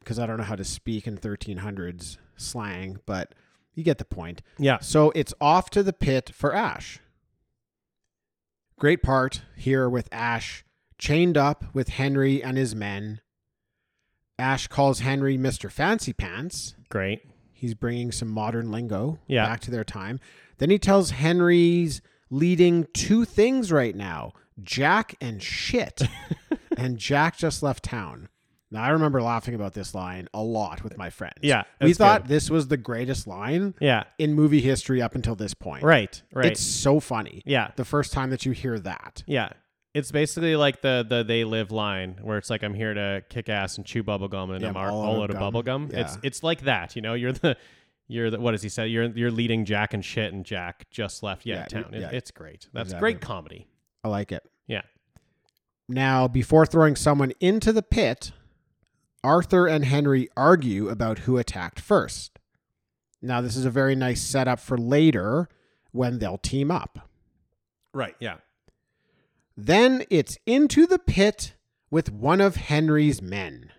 Speaker 4: because I don't know how to speak in 1300s slang, but you get the point.
Speaker 5: Yeah.
Speaker 4: So it's off to the pit for Ash. Great part here with Ash chained up with Henry and his men. Ash calls Henry Mr. Fancy Pants.
Speaker 5: Great.
Speaker 4: He's bringing some modern lingo
Speaker 5: Yeah.
Speaker 4: back to their time. Then he tells Henry's leading two things right now Jack and shit. and Jack just left town. Now, I remember laughing about this line a lot with my friends.
Speaker 5: Yeah,
Speaker 4: We
Speaker 5: that's
Speaker 4: thought
Speaker 5: good.
Speaker 4: this was the greatest line
Speaker 5: Yeah.
Speaker 4: in movie history up until this point.
Speaker 5: Right. Right.
Speaker 4: It's so funny.
Speaker 5: yeah.
Speaker 4: The first time that you hear that.
Speaker 5: Yeah. It's basically like the the they live line where it's like I'm here to kick ass and chew bubble gum and
Speaker 4: Yeah,
Speaker 5: I'm all, all out of bubble gum. It's
Speaker 4: Yeah.
Speaker 5: it's like that, you know. You're the you're the what does he say? You're you're leading Jack and shit and Jack just left yeah,
Speaker 4: Yeah,
Speaker 5: town.
Speaker 4: you-
Speaker 5: It-
Speaker 4: yeah.
Speaker 5: It's great. That's
Speaker 4: Exactly.
Speaker 5: great comedy.
Speaker 4: I like it.
Speaker 5: Yeah.
Speaker 4: Now, before throwing someone into the pit, Arthur and Henry argue about who attacked first. Now, this is a very nice setup for later when they'll team up.
Speaker 5: Right. Yeah.
Speaker 4: Then it's into the pit with one of Henry's men.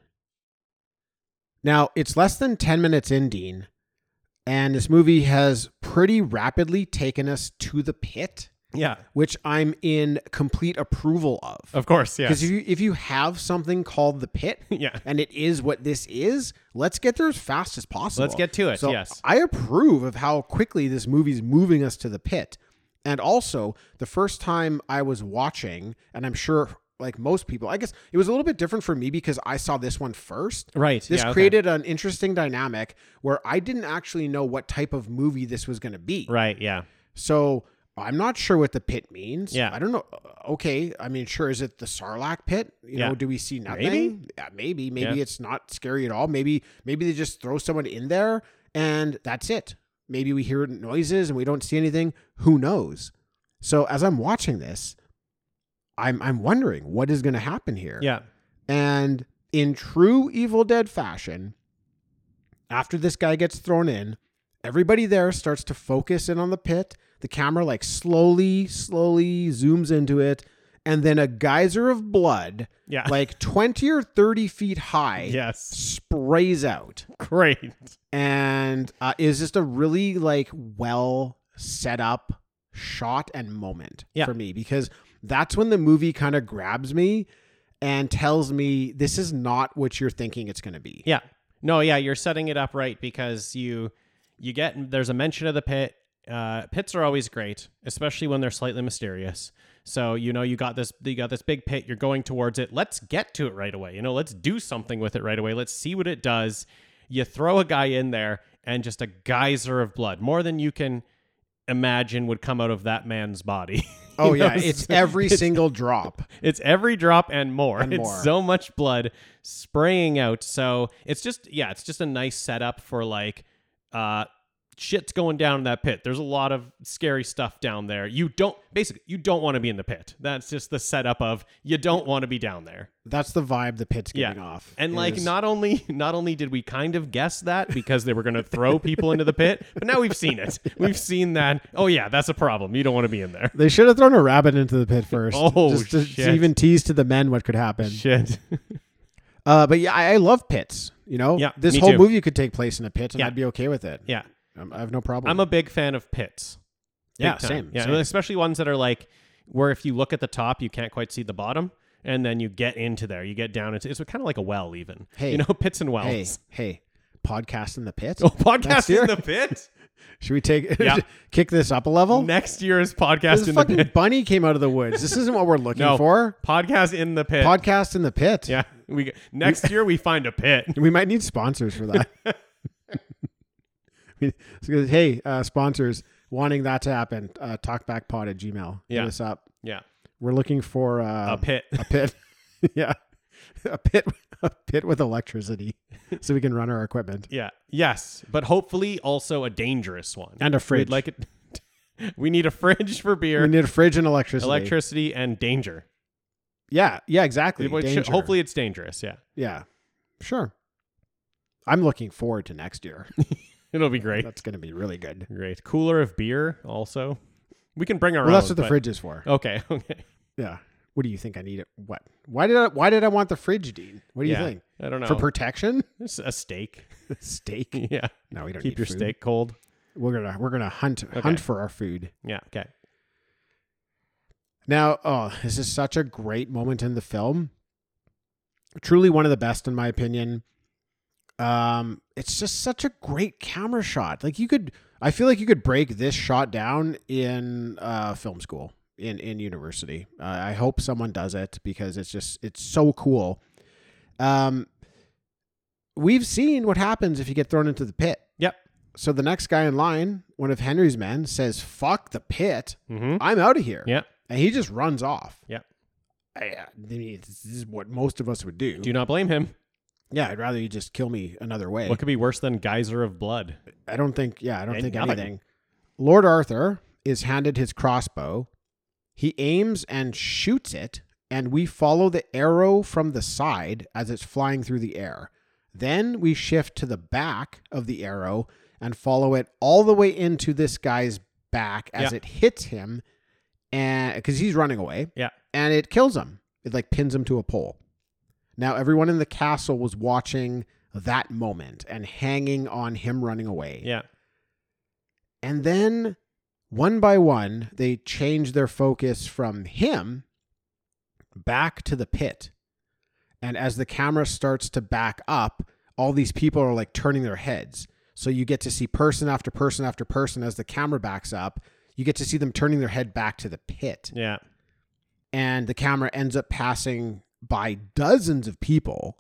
Speaker 4: Now, it's less than 10 minutes in, Dean, and this movie has pretty rapidly taken us to the pit,
Speaker 5: Yeah.
Speaker 4: which I'm in complete approval of.
Speaker 5: Of course, yeah.
Speaker 4: Because if you if you have something called the pit,
Speaker 5: Yeah.
Speaker 4: and it is what this is, let's get there as fast as possible.
Speaker 5: Let's get to it,
Speaker 4: So
Speaker 5: yes.
Speaker 4: I approve of how quickly this movie's moving us to the pit, and also the first time I was watching, and I'm sure like most people, I guess it was a little bit different for me because I saw this one first.
Speaker 5: Right,
Speaker 4: This
Speaker 5: yeah, okay.
Speaker 4: created an interesting dynamic where I didn't actually know what type of movie this was going to be.
Speaker 5: Right, yeah.
Speaker 4: So I'm not sure what the pit means.
Speaker 5: Yeah.
Speaker 4: I don't know. Uh, Okay. I mean, sure. Is it the Sarlacc pit? You
Speaker 5: Yeah.
Speaker 4: know, do we see nothing?
Speaker 5: Maybe.
Speaker 4: Yeah, maybe. Maybe
Speaker 5: Yeah.
Speaker 4: it's not scary at all. Maybe, maybe they just throw someone in there and that's it. Maybe we hear noises and we don't see anything. Who knows? So as I'm watching this, I'm, I'm wondering what is going to happen here.
Speaker 5: Yeah.
Speaker 4: And in true Evil Dead fashion, after this guy gets thrown in, everybody there starts to focus in on the pit. The camera like slowly, slowly zooms into it. And then a geyser of blood,
Speaker 5: Yeah.
Speaker 4: like 20 or 30 feet high,
Speaker 5: yes.
Speaker 4: sprays out
Speaker 5: Great.
Speaker 4: and uh, is just a really like well set up shot and moment
Speaker 5: Yeah.
Speaker 4: for me because that's when the movie kind of grabs me and tells me this is not what you're thinking it's going to be.
Speaker 5: Yeah. No, yeah, you're setting it up right because you you get there's a mention of the pit Uh, pits are always great, especially when they're slightly mysterious. So you know you got this you got this big pit. You're going towards it. Let's get to it right away. You know, let's do something with it right away. Let's see what it does. You throw a guy in there, and just a geyser of blood, more than you can imagine, would come out of that man's body.
Speaker 4: Oh
Speaker 5: You know,
Speaker 4: yeah, it's every single drop.
Speaker 5: It's every drop and more.
Speaker 4: And
Speaker 5: it's
Speaker 4: more.
Speaker 5: so much blood spraying out. So it's just yeah, it's just a nice setup for like uh shit's going down in that pit. There's a lot of scary stuff down there. You don't basically you don't want to be in the pit. That's just the setup of you don't want to be down there.
Speaker 4: That's the vibe the pit's
Speaker 5: Yeah.
Speaker 4: giving off.
Speaker 5: And like
Speaker 4: is-
Speaker 5: not only not only did we kind of guess that because they were going to throw people into the pit, but now we've seen it. We've seen that. Oh yeah, that's a problem. You don't want to be in there.
Speaker 4: they should have thrown a rabbit into the pit first.
Speaker 5: Oh,
Speaker 4: just to, to
Speaker 5: shit.
Speaker 4: even tease to the men what could happen.
Speaker 5: Shit.
Speaker 4: Uh, but yeah, I, I love pits. You know,
Speaker 5: Yeah,
Speaker 4: this
Speaker 5: me
Speaker 4: whole
Speaker 5: too.
Speaker 4: movie could take place in a pit, and
Speaker 5: Yeah.
Speaker 4: I'd be okay with it.
Speaker 5: Yeah.
Speaker 4: I'm, I have no problem.
Speaker 5: I'm a big fan of pits. Big
Speaker 4: yeah,
Speaker 5: time.
Speaker 4: same.
Speaker 5: Yeah,
Speaker 4: same.
Speaker 5: especially ones that are like where if you look at the top, you can't quite see the bottom, and then you get into there. You get down into it's kind of like a well, even.
Speaker 4: Hey.
Speaker 5: you know, pits and wells.
Speaker 4: hey, hey, podcast in the pit.
Speaker 5: Oh, podcast
Speaker 4: Next year?
Speaker 5: in the pit.
Speaker 4: Should we take
Speaker 5: Yeah.
Speaker 4: kick this up a level?
Speaker 5: Next year's podcast
Speaker 4: Oh. this
Speaker 5: in the
Speaker 4: fucking
Speaker 5: pit.
Speaker 4: bunny came out of the woods. This isn't what we're looking
Speaker 5: No
Speaker 4: for.
Speaker 5: podcast in the pit.
Speaker 4: Podcast in the pit.
Speaker 5: yeah, we next year we find a pit.
Speaker 4: We might need sponsors for that. We- it's good. hey, uh, sponsors, wanting that to happen, uh, talkbackpod at Gmail. Hit
Speaker 5: Yeah.
Speaker 4: us up.
Speaker 5: Yeah,
Speaker 4: We're looking for uh,
Speaker 5: a pit.
Speaker 4: A pit. yeah. A pit, a pit with electricity so we can run our equipment.
Speaker 5: Yeah, yes, but hopefully also a dangerous one
Speaker 4: And a fridge.
Speaker 5: We'd like it. we need a fridge for
Speaker 4: We
Speaker 5: beer,
Speaker 4: need a fridge and electricity.
Speaker 5: electricity, and danger.
Speaker 4: yeah. Yeah, exactly.
Speaker 5: It should-
Speaker 4: Danger.
Speaker 5: Hopefully, it's dangerous. Yeah,
Speaker 4: Yeah. Sure. I'm looking forward to next year.
Speaker 5: it'll be great.
Speaker 4: That's going to be really good.
Speaker 5: Great. Cooler of beer also. We can bring our
Speaker 4: Well,
Speaker 5: own.
Speaker 4: that's what the
Speaker 5: but- Oh.
Speaker 4: fridge is for.
Speaker 5: Okay, okay.
Speaker 4: Yeah. What do you think I need it? What? Why did I why did I want the fridge, Dean? What do
Speaker 5: yeah.
Speaker 4: you think?
Speaker 5: I don't know.
Speaker 4: For protection?
Speaker 5: It's a steak.
Speaker 4: steak?
Speaker 5: yeah.
Speaker 4: No, we don't
Speaker 5: Keep
Speaker 4: need
Speaker 5: your
Speaker 4: food.
Speaker 5: steak cold.
Speaker 4: We're going to we're going to hunt
Speaker 5: Okay.
Speaker 4: hunt for our food.
Speaker 5: Yeah, okay.
Speaker 4: Now, oh, this is such a great moment in the film. Truly one of the best in my opinion. Um, it's just such a great camera shot. Like you could I feel like you could break this shot down in uh film school in in university. Uh, I hope someone does it because it's just it's so cool. Um we've seen what happens if you get thrown into the pit.
Speaker 5: Yep.
Speaker 4: So the next guy in line, one of Henry's men, says, "Fuck the pit.
Speaker 5: Mm-hmm.
Speaker 4: I'm out of here."
Speaker 5: Yeah.
Speaker 4: and he just runs off.
Speaker 5: Yeah.
Speaker 4: I, I mean, this is what most of us would do.
Speaker 5: Do not blame him.
Speaker 4: yeah, I'd rather you just kill me another way.
Speaker 5: What could be worse than geyser of blood?
Speaker 4: I don't think. Yeah, I don't
Speaker 5: And
Speaker 4: think
Speaker 5: nothing.
Speaker 4: anything. Lord Arthur is handed his crossbow. He aims and shoots it, and we follow the arrow from the side as it's flying through the air. Then we shift to the back of the arrow and follow it all the way into this guy's back as
Speaker 5: Yeah.
Speaker 4: it hits him, and because he's running away.
Speaker 5: Yeah.
Speaker 4: and it kills him. It like pins him to a pole. Now everyone in the castle was watching that moment and hanging on him running away.
Speaker 5: Yeah.
Speaker 4: And then one by one, they change their focus from him back to the pit. And as the camera starts to back up, all these people are like turning their heads. So you get to see person after person after person as the camera backs up. You get to see them turning their head back to the pit
Speaker 5: Yeah.
Speaker 4: and the camera ends up passing by dozens of people.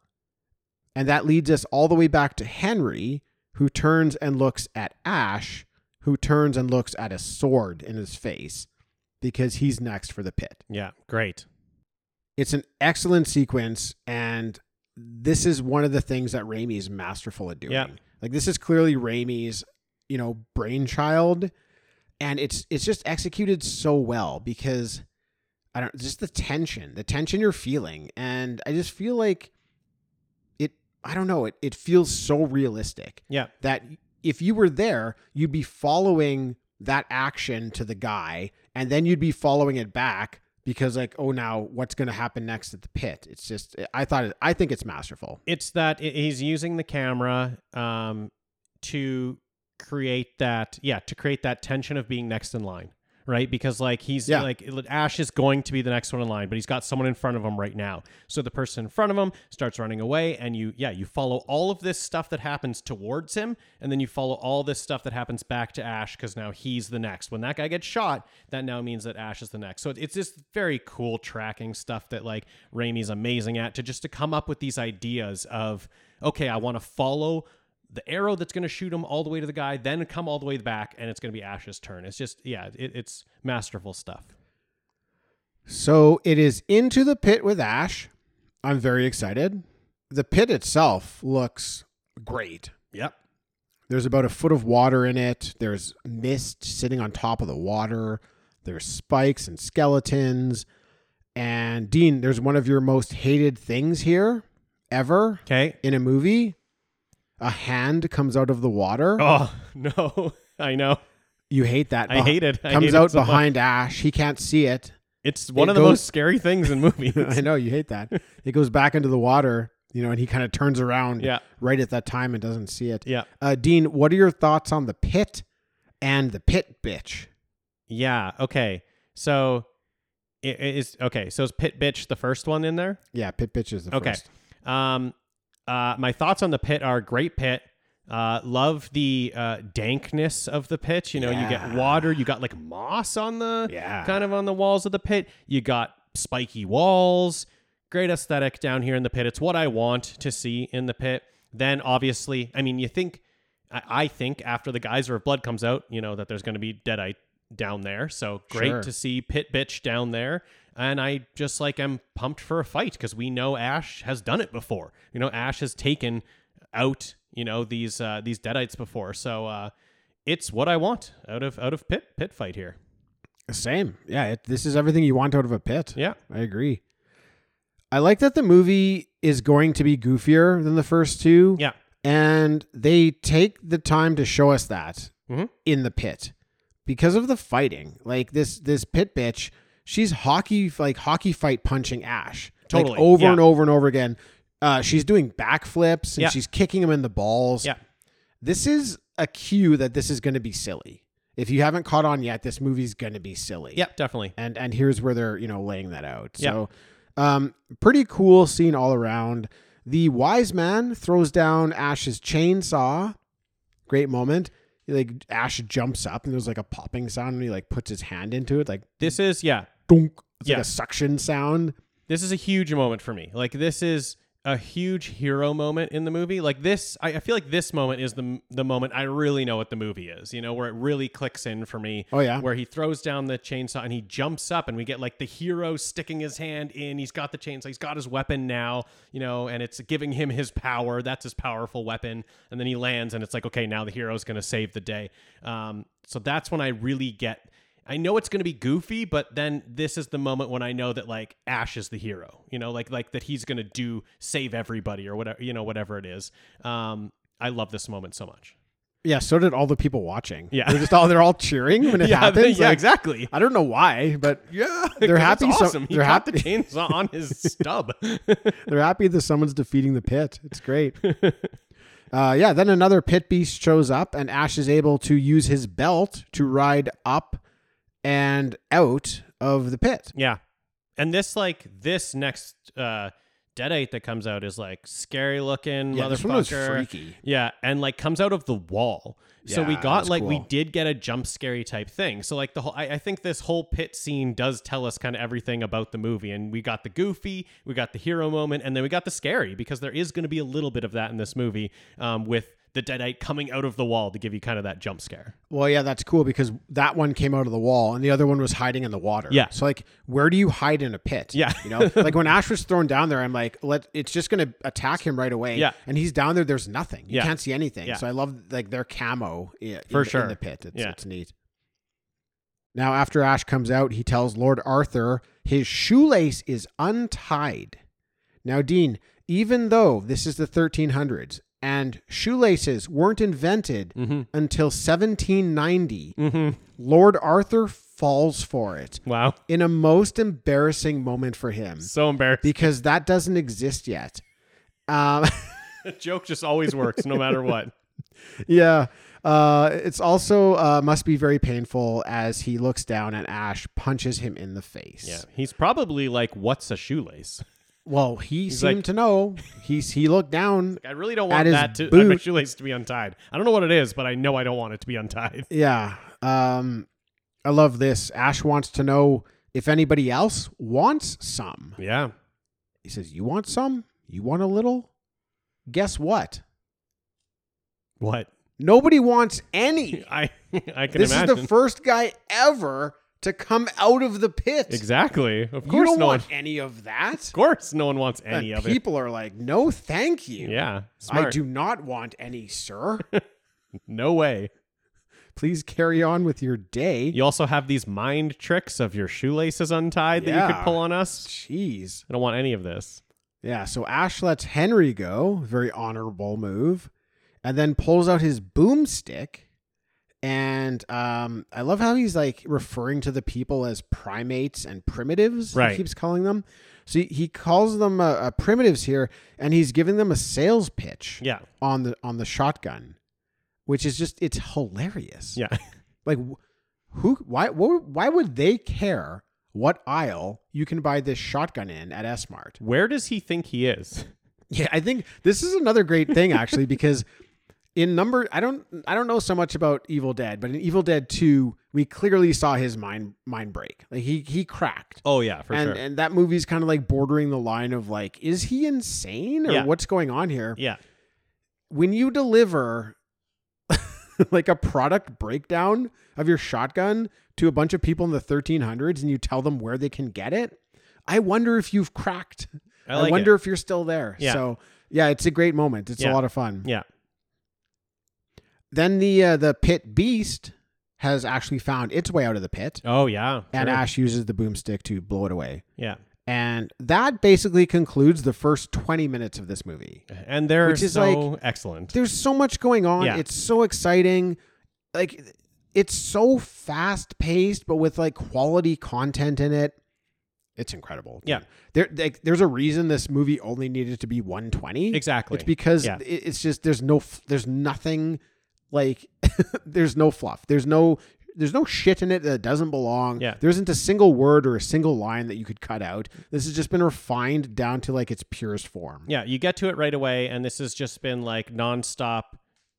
Speaker 4: And that leads us all the way back to Henry, who turns and looks at Ash, who turns and looks at a sword in his face because he's next for the pit.
Speaker 5: Yeah. Great.
Speaker 4: It's an excellent sequence, and this is one of the things that Raimi is masterful at doing.
Speaker 5: Yeah.
Speaker 4: Like this is clearly Raimi's, you know, brainchild, and it's it's just executed so well because I don't just the tension, the tension you're feeling, and I just feel like it. I don't know. It it feels so realistic
Speaker 5: Yeah.
Speaker 4: that if you were there, you'd be following that action to the guy, and then you'd be following it back because, like, oh, now what's going to happen next at the pit? It's just, I thought, it, I think it's masterful.
Speaker 5: It's that i- he's using the camera um to create that yeah, to create that tension of being next in line. right? Because like he's
Speaker 4: Yeah.
Speaker 5: like Ash is going to be the next one in line, but he's got someone in front of him right now. So the person in front of him starts running away, and you yeah you follow all of this stuff that happens towards him, and then you follow all this stuff that happens back to Ash because now he's the next. When that guy gets shot, that now means that Ash is the next. So it's this very cool tracking stuff that like Raimi's amazing at to just to come up with these ideas of okay, I want to follow the arrow that's going to shoot him all the way to the guy, then come all the way back, and it's going to be Ash's turn. It's just, yeah, it, it's masterful stuff.
Speaker 4: So it is into the pit with Ash. I'm very excited. The pit itself looks great.
Speaker 5: Yep.
Speaker 4: There's about a foot of water in it. There's mist sitting on top of the water. There's spikes and skeletons. And Dean, there's one of your most hated things here ever
Speaker 5: Okay.
Speaker 4: in a movie. A hand comes out of the water.
Speaker 5: Oh no, I know.
Speaker 4: You hate that.
Speaker 5: I hate it. I
Speaker 4: comes
Speaker 5: hate it
Speaker 4: out
Speaker 5: so much.
Speaker 4: behind Ash. He can't see it.
Speaker 5: It's one
Speaker 4: It
Speaker 5: of the
Speaker 4: goes-
Speaker 5: most scary things in movies.
Speaker 4: I know you hate that. It goes back into the water, you know, and he kind of turns around
Speaker 5: Yeah.
Speaker 4: right at that time and doesn't see it.
Speaker 5: yeah.
Speaker 4: Uh, Dean, what are your thoughts on the pit and the pit bitch?
Speaker 5: Yeah. Okay. So it it is okay. So is Pit Bitch the first one in there?
Speaker 4: Yeah, pit bitch is the
Speaker 5: okay.
Speaker 4: first.
Speaker 5: Um, uh, my thoughts on the pit are great pit. Uh, love the uh, dankness of the pit. You know, you get
Speaker 4: Yeah.
Speaker 5: water. You got like moss on the
Speaker 4: Yeah.
Speaker 5: kind of on the walls of the pit. You got spiky walls. Great aesthetic down here in the pit. It's what I want to see in the pit. Then obviously, I mean, you think, I, I think after the geyser of blood comes out, you know that there's going to be deadeye down there. So great
Speaker 4: Sure.
Speaker 5: to see Pit Bitch down there. And I just like am pumped for a fight because we know Ash has done it before. You know, Ash has taken out, you know, these uh these deadites before. So uh it's what I want out of out of pit pit fight here.
Speaker 4: Same. Yeah, it, this is everything you want out of a pit.
Speaker 5: Yeah.
Speaker 4: I agree. I like that the movie is going to be goofier than the first two.
Speaker 5: Yeah.
Speaker 4: And they take the time to show us that
Speaker 5: Mhm.
Speaker 4: in the pit because of the fighting. Like this this pit bitch, she's hockey like hockey fight punching Ash. Like,
Speaker 5: Totally,
Speaker 4: over
Speaker 5: yeah.
Speaker 4: and over and over again. Uh, she's doing backflips and
Speaker 5: Yeah.
Speaker 4: she's kicking him in the balls.
Speaker 5: Yeah.
Speaker 4: This is a cue that this is going to be silly. If you haven't caught on yet, this movie's going to be silly
Speaker 5: Yeah, definitely.
Speaker 4: and and here's where they're you know laying that out
Speaker 5: Yeah.
Speaker 4: so um pretty cool scene all around the wise man throws down ash's chainsaw great moment He, like ash jumps up and there's like a popping sound and he like puts his hand into it like
Speaker 5: This is yeah,
Speaker 4: dunk it's
Speaker 5: Yeah.
Speaker 4: like a suction sound
Speaker 5: this is a huge moment for me. Like this is a huge hero moment in the movie. Like this, I, I feel like this moment is the the moment I really know what the movie is. You know, where it really clicks in for me.
Speaker 4: Oh, yeah.
Speaker 5: where he throws down the chainsaw and he jumps up, and we get like the hero sticking his hand in. He's got the chainsaw. He's got his weapon now. You know, and it's giving him his power. That's his powerful weapon. And then he lands, and it's like, okay, now the hero's gonna save the day. Um, so that's when I really get. I know it's going to be goofy, but then this is the moment when I know that like Ash is the hero, you know, like like that he's going to do save everybody or whatever, you know, whatever it is. Um, I love this moment so much.
Speaker 4: yeah so did all the people watching
Speaker 5: Yeah.
Speaker 4: they're just all they're all cheering when it
Speaker 5: yeah,
Speaker 4: happens
Speaker 5: they- yeah,
Speaker 4: Like,
Speaker 5: exactly.
Speaker 4: i don't know why but
Speaker 5: Yeah,
Speaker 4: They're happy so-
Speaker 5: awesome. he
Speaker 4: they're
Speaker 5: got the
Speaker 4: happy-
Speaker 5: chainsaw on his stub.
Speaker 4: They're happy that someone's defeating the pit. It's great. uh, yeah, then another pit beast shows up, and Ash is able to use his belt to ride up and out of the pit.
Speaker 5: yeah, and this like this next uh, deadite that comes out is like scary looking
Speaker 4: Yeah,
Speaker 5: motherfucker.
Speaker 4: this one was freaky.
Speaker 5: Yeah, and like comes out of the wall. So we
Speaker 4: Yeah,
Speaker 5: got
Speaker 4: that's
Speaker 5: like we
Speaker 4: cool.
Speaker 5: did get a jump scary type thing. So like the whole I, I think this whole pit scene does tell us kind of everything about the movie. And we got the goofy, we got the hero moment, and then we got the scary because there is going to be a little bit of that in this movie um, with the deadite coming out of the wall to give you kind of that jump scare.
Speaker 4: Well, yeah, that's cool because that one came out of the wall, and the other one was hiding in the water.
Speaker 5: Yeah.
Speaker 4: So like, where do you hide in a pit?
Speaker 5: Yeah.
Speaker 4: You know, like when Ash was thrown down there, I'm like, let it's just gonna attack him right away.
Speaker 5: Yeah.
Speaker 4: And he's down there. There's nothing. You
Speaker 5: Yeah.
Speaker 4: can't see anything.
Speaker 5: Yeah.
Speaker 4: So I love like their camo i- in,
Speaker 5: For
Speaker 4: the-
Speaker 5: sure.
Speaker 4: in the pit. It's,
Speaker 5: Yeah.
Speaker 4: it's neat. Now, after Ash comes out, he tells Lord Arthur his shoelace is untied. Now, Dean, even though this is the 1300s and shoelaces weren't invented
Speaker 5: Mm-hmm.
Speaker 4: until 1790, Lord Arthur falls for it
Speaker 5: Wow.
Speaker 4: in a most embarrassing moment for him
Speaker 5: So embarrassing.
Speaker 4: because that doesn't exist yet. Um,
Speaker 5: the joke just always works no matter what.
Speaker 4: yeah. Uh, it's also uh, must be very painful as he looks down and Ash punches him in the face.
Speaker 5: Yeah, he's probably like, "What's a shoelace?"
Speaker 4: Well, he seemed
Speaker 5: like-
Speaker 4: to know. He's he looked down.
Speaker 5: I really don't
Speaker 4: At
Speaker 5: want
Speaker 4: his
Speaker 5: that to
Speaker 4: boot.
Speaker 5: my shoelace to be untied. I don't know what it is, but I know I don't want it to be untied.
Speaker 4: Yeah. Um, I love this. Ash wants to know if anybody else wants some.
Speaker 5: Yeah,
Speaker 4: He says, "You want some? You want a little? Guess what?
Speaker 5: what
Speaker 4: Nobody wants any."
Speaker 5: I I can
Speaker 4: This
Speaker 5: imagine
Speaker 4: is the first guy ever to come out of the pit.
Speaker 5: exactly. Of
Speaker 4: You
Speaker 5: course,
Speaker 4: don't
Speaker 5: no
Speaker 4: want
Speaker 5: one.
Speaker 4: any of that.
Speaker 5: Of course, no one wants any
Speaker 4: and
Speaker 5: of it.
Speaker 4: people are like, "No, thank you.
Speaker 5: Yeah, smart.
Speaker 4: I do not want any, sir.
Speaker 5: No way.
Speaker 4: Please carry on with your day."
Speaker 5: You also have these mind tricks of your shoelaces untied that you
Speaker 4: Yeah.
Speaker 5: could pull on us.
Speaker 4: Jeez.
Speaker 5: I don't want any of this.
Speaker 4: Yeah, so Ash lets Henry go, very honorable move, and then pulls out his boomstick. And um, I love how he's like referring to the people as primates and primitives. He
Speaker 5: Right.
Speaker 4: keeps calling them. So he, he calls them uh, uh, primitives here, and he's giving them a sales pitch
Speaker 5: Yeah,
Speaker 4: on the on the shotgun, which is just it's hilarious.
Speaker 5: yeah.
Speaker 4: Like wh- who why wh- why would they care what aisle you can buy this shotgun in at S Mart?
Speaker 5: Where does he think he is?
Speaker 4: Yeah, I think this is another great thing actually because in number I don't I don't know so much about Evil Dead, but in Evil Dead 2, we clearly saw his mind mind break. Like he he cracked.
Speaker 5: Oh yeah, for
Speaker 4: and
Speaker 5: sure.
Speaker 4: and that movie's kind of like bordering the line of like is he insane or
Speaker 5: Yeah.
Speaker 4: what's going on here?
Speaker 5: yeah,
Speaker 4: When you deliver like a product breakdown of your shotgun to a bunch of people in the 1300s and you tell them where they can get it, I wonder if you've cracked.
Speaker 5: I,
Speaker 4: I,
Speaker 5: like
Speaker 4: wonder
Speaker 5: It.
Speaker 4: if you're still there.
Speaker 5: Yeah.
Speaker 4: So yeah, it's a great moment. It's a
Speaker 5: Yeah.
Speaker 4: lot of fun.
Speaker 5: Yeah,
Speaker 4: Then the uh, the pit beast has actually found its way out of the pit,
Speaker 5: Oh yeah,
Speaker 4: and
Speaker 5: sure.
Speaker 4: Ash uses the boomstick to blow it away.
Speaker 5: Yeah,
Speaker 4: And that basically concludes the first 20 minutes of this movie.
Speaker 5: and they're
Speaker 4: Which is
Speaker 5: so
Speaker 4: like-
Speaker 5: excellent.
Speaker 4: There's so much going on.
Speaker 5: Yeah.
Speaker 4: It's so exciting. Like it's so fast paced, but with like quality content in it. It's incredible.
Speaker 5: Yeah.
Speaker 4: There like there's a reason this movie only needed to be 120.
Speaker 5: exactly.
Speaker 4: It's because
Speaker 5: Yeah.
Speaker 4: it- it's just there's no f- there's nothing like there's no fluff. There's no there's no shit in it that doesn't belong.
Speaker 5: Yeah.
Speaker 4: There isn't a single word or a single line that you could cut out. This has just been refined down to like its purest form.
Speaker 5: yeah, you get to it right away, and this has just been like nonstop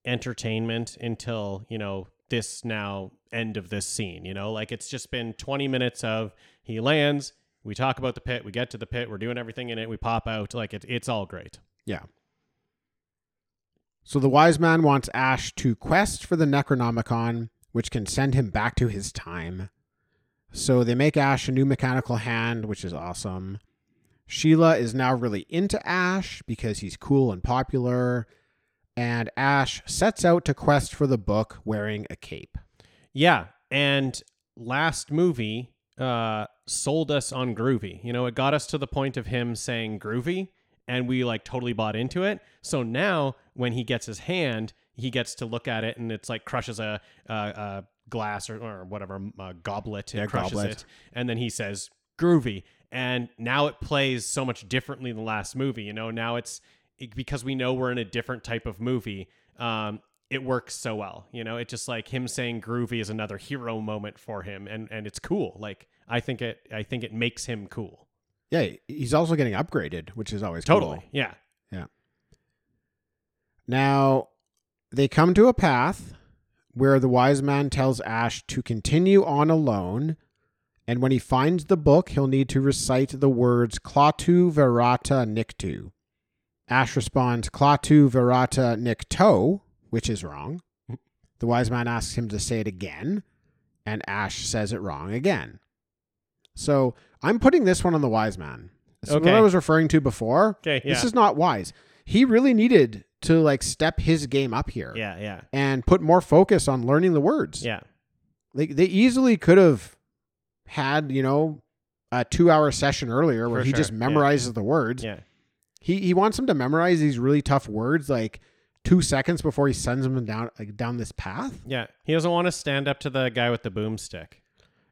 Speaker 5: entertainment until you know this now end of this scene. You know, like it's just been 20 minutes of he lands. We talk about the pit. We get to the pit. We're doing everything in it. We pop out. Like it, it's all great.
Speaker 4: Yeah. So the wise man wants Ash to quest for the Necronomicon, which can send him back to his time. So they make Ash a new mechanical hand, which is awesome. Sheila is now really into Ash because he's cool and popular. And Ash sets out to quest for the book wearing a cape.
Speaker 5: Yeah, and last movie uh sold us on groovy. You know, it got us to the point of him saying groovy and we like totally bought into it. So now when he gets his hand, he gets to look at it and it's like crushes a a, a glass or, or whatever a goblet it
Speaker 4: Yeah,
Speaker 5: crushes
Speaker 4: goblet.
Speaker 5: it and then he says groovy and now it plays so much differently than the last movie you know now it's it- because we know we're in a different type of movie um it works so well you know it just like him saying groovy is another hero moment for him and and it's cool like i think it i think it makes him cool
Speaker 4: Yeah, he's also getting upgraded, which is always
Speaker 5: totally
Speaker 4: cool.
Speaker 5: yeah
Speaker 4: Now, they come to a path where the wise man tells Ash to continue on alone. And when he finds the book, he'll need to recite the words Klaatu Verata Niktu. Ash responds Klaatu Verata Nikto, which is wrong. The wise man asks him to say it again, and Ash says it wrong again. So I'm putting this one on the wise man. This is what
Speaker 5: Okay.
Speaker 4: I was referring to before.
Speaker 5: Okay,
Speaker 4: This
Speaker 5: yeah.
Speaker 4: is not wise. He really needed to like step his game up here
Speaker 5: yeah yeah
Speaker 4: and put more focus on learning the words.
Speaker 5: yeah
Speaker 4: Like they easily could have had, you know, a two hour session earlier where
Speaker 5: For
Speaker 4: he
Speaker 5: sure,
Speaker 4: just
Speaker 5: yeah.
Speaker 4: memorizes the words.
Speaker 5: yeah
Speaker 4: He he wants him to memorize these really tough words like two seconds before he sends him down like down this path.
Speaker 5: yeah he doesn't want to stand up to the guy with the boomstick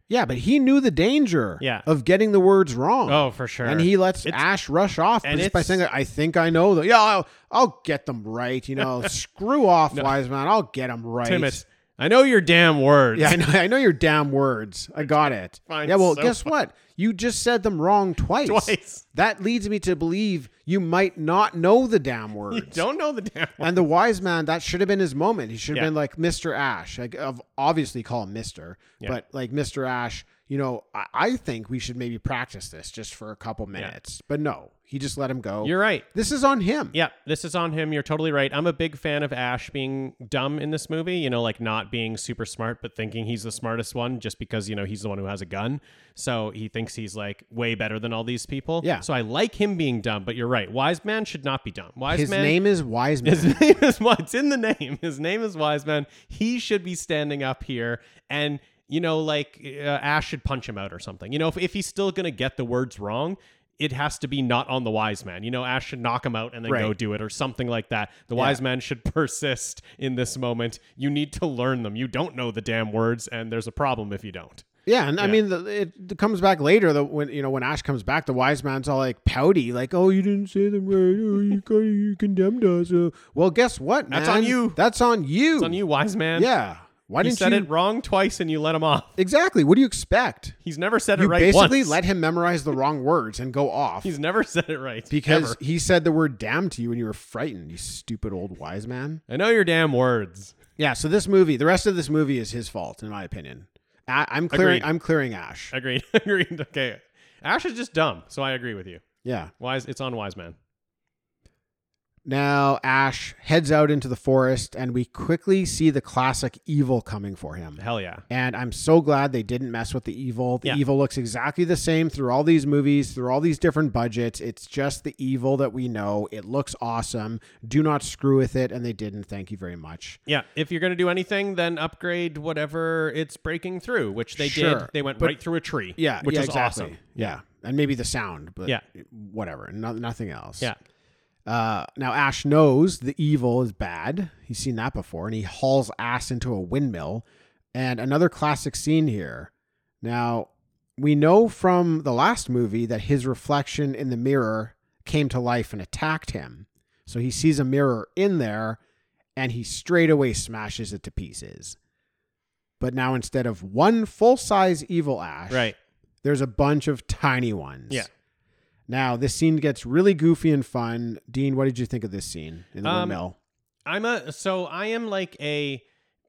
Speaker 4: Yeah, but he knew the danger
Speaker 5: Yeah.
Speaker 4: of getting the words wrong.
Speaker 5: Oh, for sure.
Speaker 4: And he lets
Speaker 5: It's-
Speaker 4: Ash rush off
Speaker 5: and
Speaker 4: just by
Speaker 5: it's-
Speaker 4: saying, I think I know them. Yeah, I'll, I'll get them right. You know, screw off, wise man. I'll get them right.
Speaker 5: Timmons, I know your damn words.
Speaker 4: Yeah, I know, I know your damn words. I got it.
Speaker 5: Fine,
Speaker 4: yeah, well,
Speaker 5: so
Speaker 4: guess what? You just said them wrong twice.
Speaker 5: Twice.
Speaker 4: That leads me to believe you might not know the damn words.
Speaker 5: You don't know the damn words.
Speaker 4: And the wise man, that should have been his moment. He should have
Speaker 5: Yeah.
Speaker 4: been like Mr. Ash. Like, of obviously call him Mr.
Speaker 5: Yeah.
Speaker 4: But like Mr. Ash, you know, I, I think we should maybe practice this just for a couple minutes. But no, he just let him go.
Speaker 5: You're right.
Speaker 4: This is on him.
Speaker 5: Yeah, this is on him. You're totally right. I'm a big fan of Ash being dumb in this movie, you know, like not being super smart, but thinking he's the smartest one just because, you know, he's the one who has a gun. So he thinks he's like way better than all these people.
Speaker 4: Yeah.
Speaker 5: So I like him being dumb, but you're right. Wise man should not be dumb. Wise
Speaker 4: His
Speaker 5: man.
Speaker 4: name is Wise Man.
Speaker 5: his name is what's in the name. His name is Wise Man. He should be standing up here and you know like uh, Ash should punch him out or something. You know if if he's still going to get the words wrong, it has to be not on the wise man. You know Ash should knock him out and then go
Speaker 4: Right.
Speaker 5: do it or something like that. The wise man should persist in this moment. You need to learn them. You don't know the damn words and there's a problem if you don't.
Speaker 4: Yeah, and I mean, the, it, it comes back later. The when you know when Ash comes back, the wise man's all like pouty, like, "Oh, you didn't say them right. Oh, you, con- you condemned us." Uh, well, guess what?
Speaker 5: That's on
Speaker 4: man?
Speaker 5: you.
Speaker 4: That's on you.
Speaker 5: It's on you wise man.
Speaker 4: Yeah. Why
Speaker 5: He
Speaker 4: didn't
Speaker 5: said
Speaker 4: you?
Speaker 5: it wrong twice and you let him off.
Speaker 4: Exactly. What do you expect?
Speaker 5: He's never said it
Speaker 4: You
Speaker 5: right
Speaker 4: basically
Speaker 5: once.
Speaker 4: let him memorize the wrong words and go off
Speaker 5: He's never said it right
Speaker 4: because
Speaker 5: ever.
Speaker 4: he said the word "damn" to you and you were frightened. You stupid old wise man.
Speaker 5: I know your damn words.
Speaker 4: Yeah. So this movie, the rest of this movie, is his fault, in my opinion. I, I'm clearing.
Speaker 5: Agreed.
Speaker 4: I'm clearing Ash.
Speaker 5: Agreed. Agreed. Okay. Ash is just dumb, so I agree with you.
Speaker 4: Yeah.
Speaker 5: Wise, it's on wise man.
Speaker 4: Now Ash heads out into the forest, and we quickly see the classic evil coming for him.
Speaker 5: Hell yeah.
Speaker 4: And I'm so glad they didn't mess with the evil. The
Speaker 5: Yeah.
Speaker 4: evil looks exactly the same through all these movies, through all these different budgets. It's just the evil that we know. It looks awesome. Do not screw with it. And they didn't. Thank you very much.
Speaker 5: Yeah. If you're gonna do anything, then upgrade whatever it's breaking through, which they did.
Speaker 4: Sure,
Speaker 5: They went
Speaker 4: but-
Speaker 5: right through a tree.
Speaker 4: Yeah.
Speaker 5: Which
Speaker 4: yeah,
Speaker 5: is
Speaker 4: exactly.
Speaker 5: awesome.
Speaker 4: Yeah. And maybe the sound, but
Speaker 5: Yeah.
Speaker 4: whatever. No, nothing else.
Speaker 5: Yeah.
Speaker 4: Uh, now Ash knows the evil is bad. He's seen that before, and he hauls ass into a windmill. And another classic scene here. Now we know from the last movie that his reflection in the mirror came to life and attacked him. So he sees a mirror in there, and he straight away smashes it to pieces. But now instead of one full size evil Ash,
Speaker 5: Right.
Speaker 4: there's a bunch of tiny ones.
Speaker 5: Yeah.
Speaker 4: Now this scene gets really goofy and fun. Dean, what did you think of this scene in the
Speaker 5: Um,
Speaker 4: windmill?
Speaker 5: I'm a so I am like a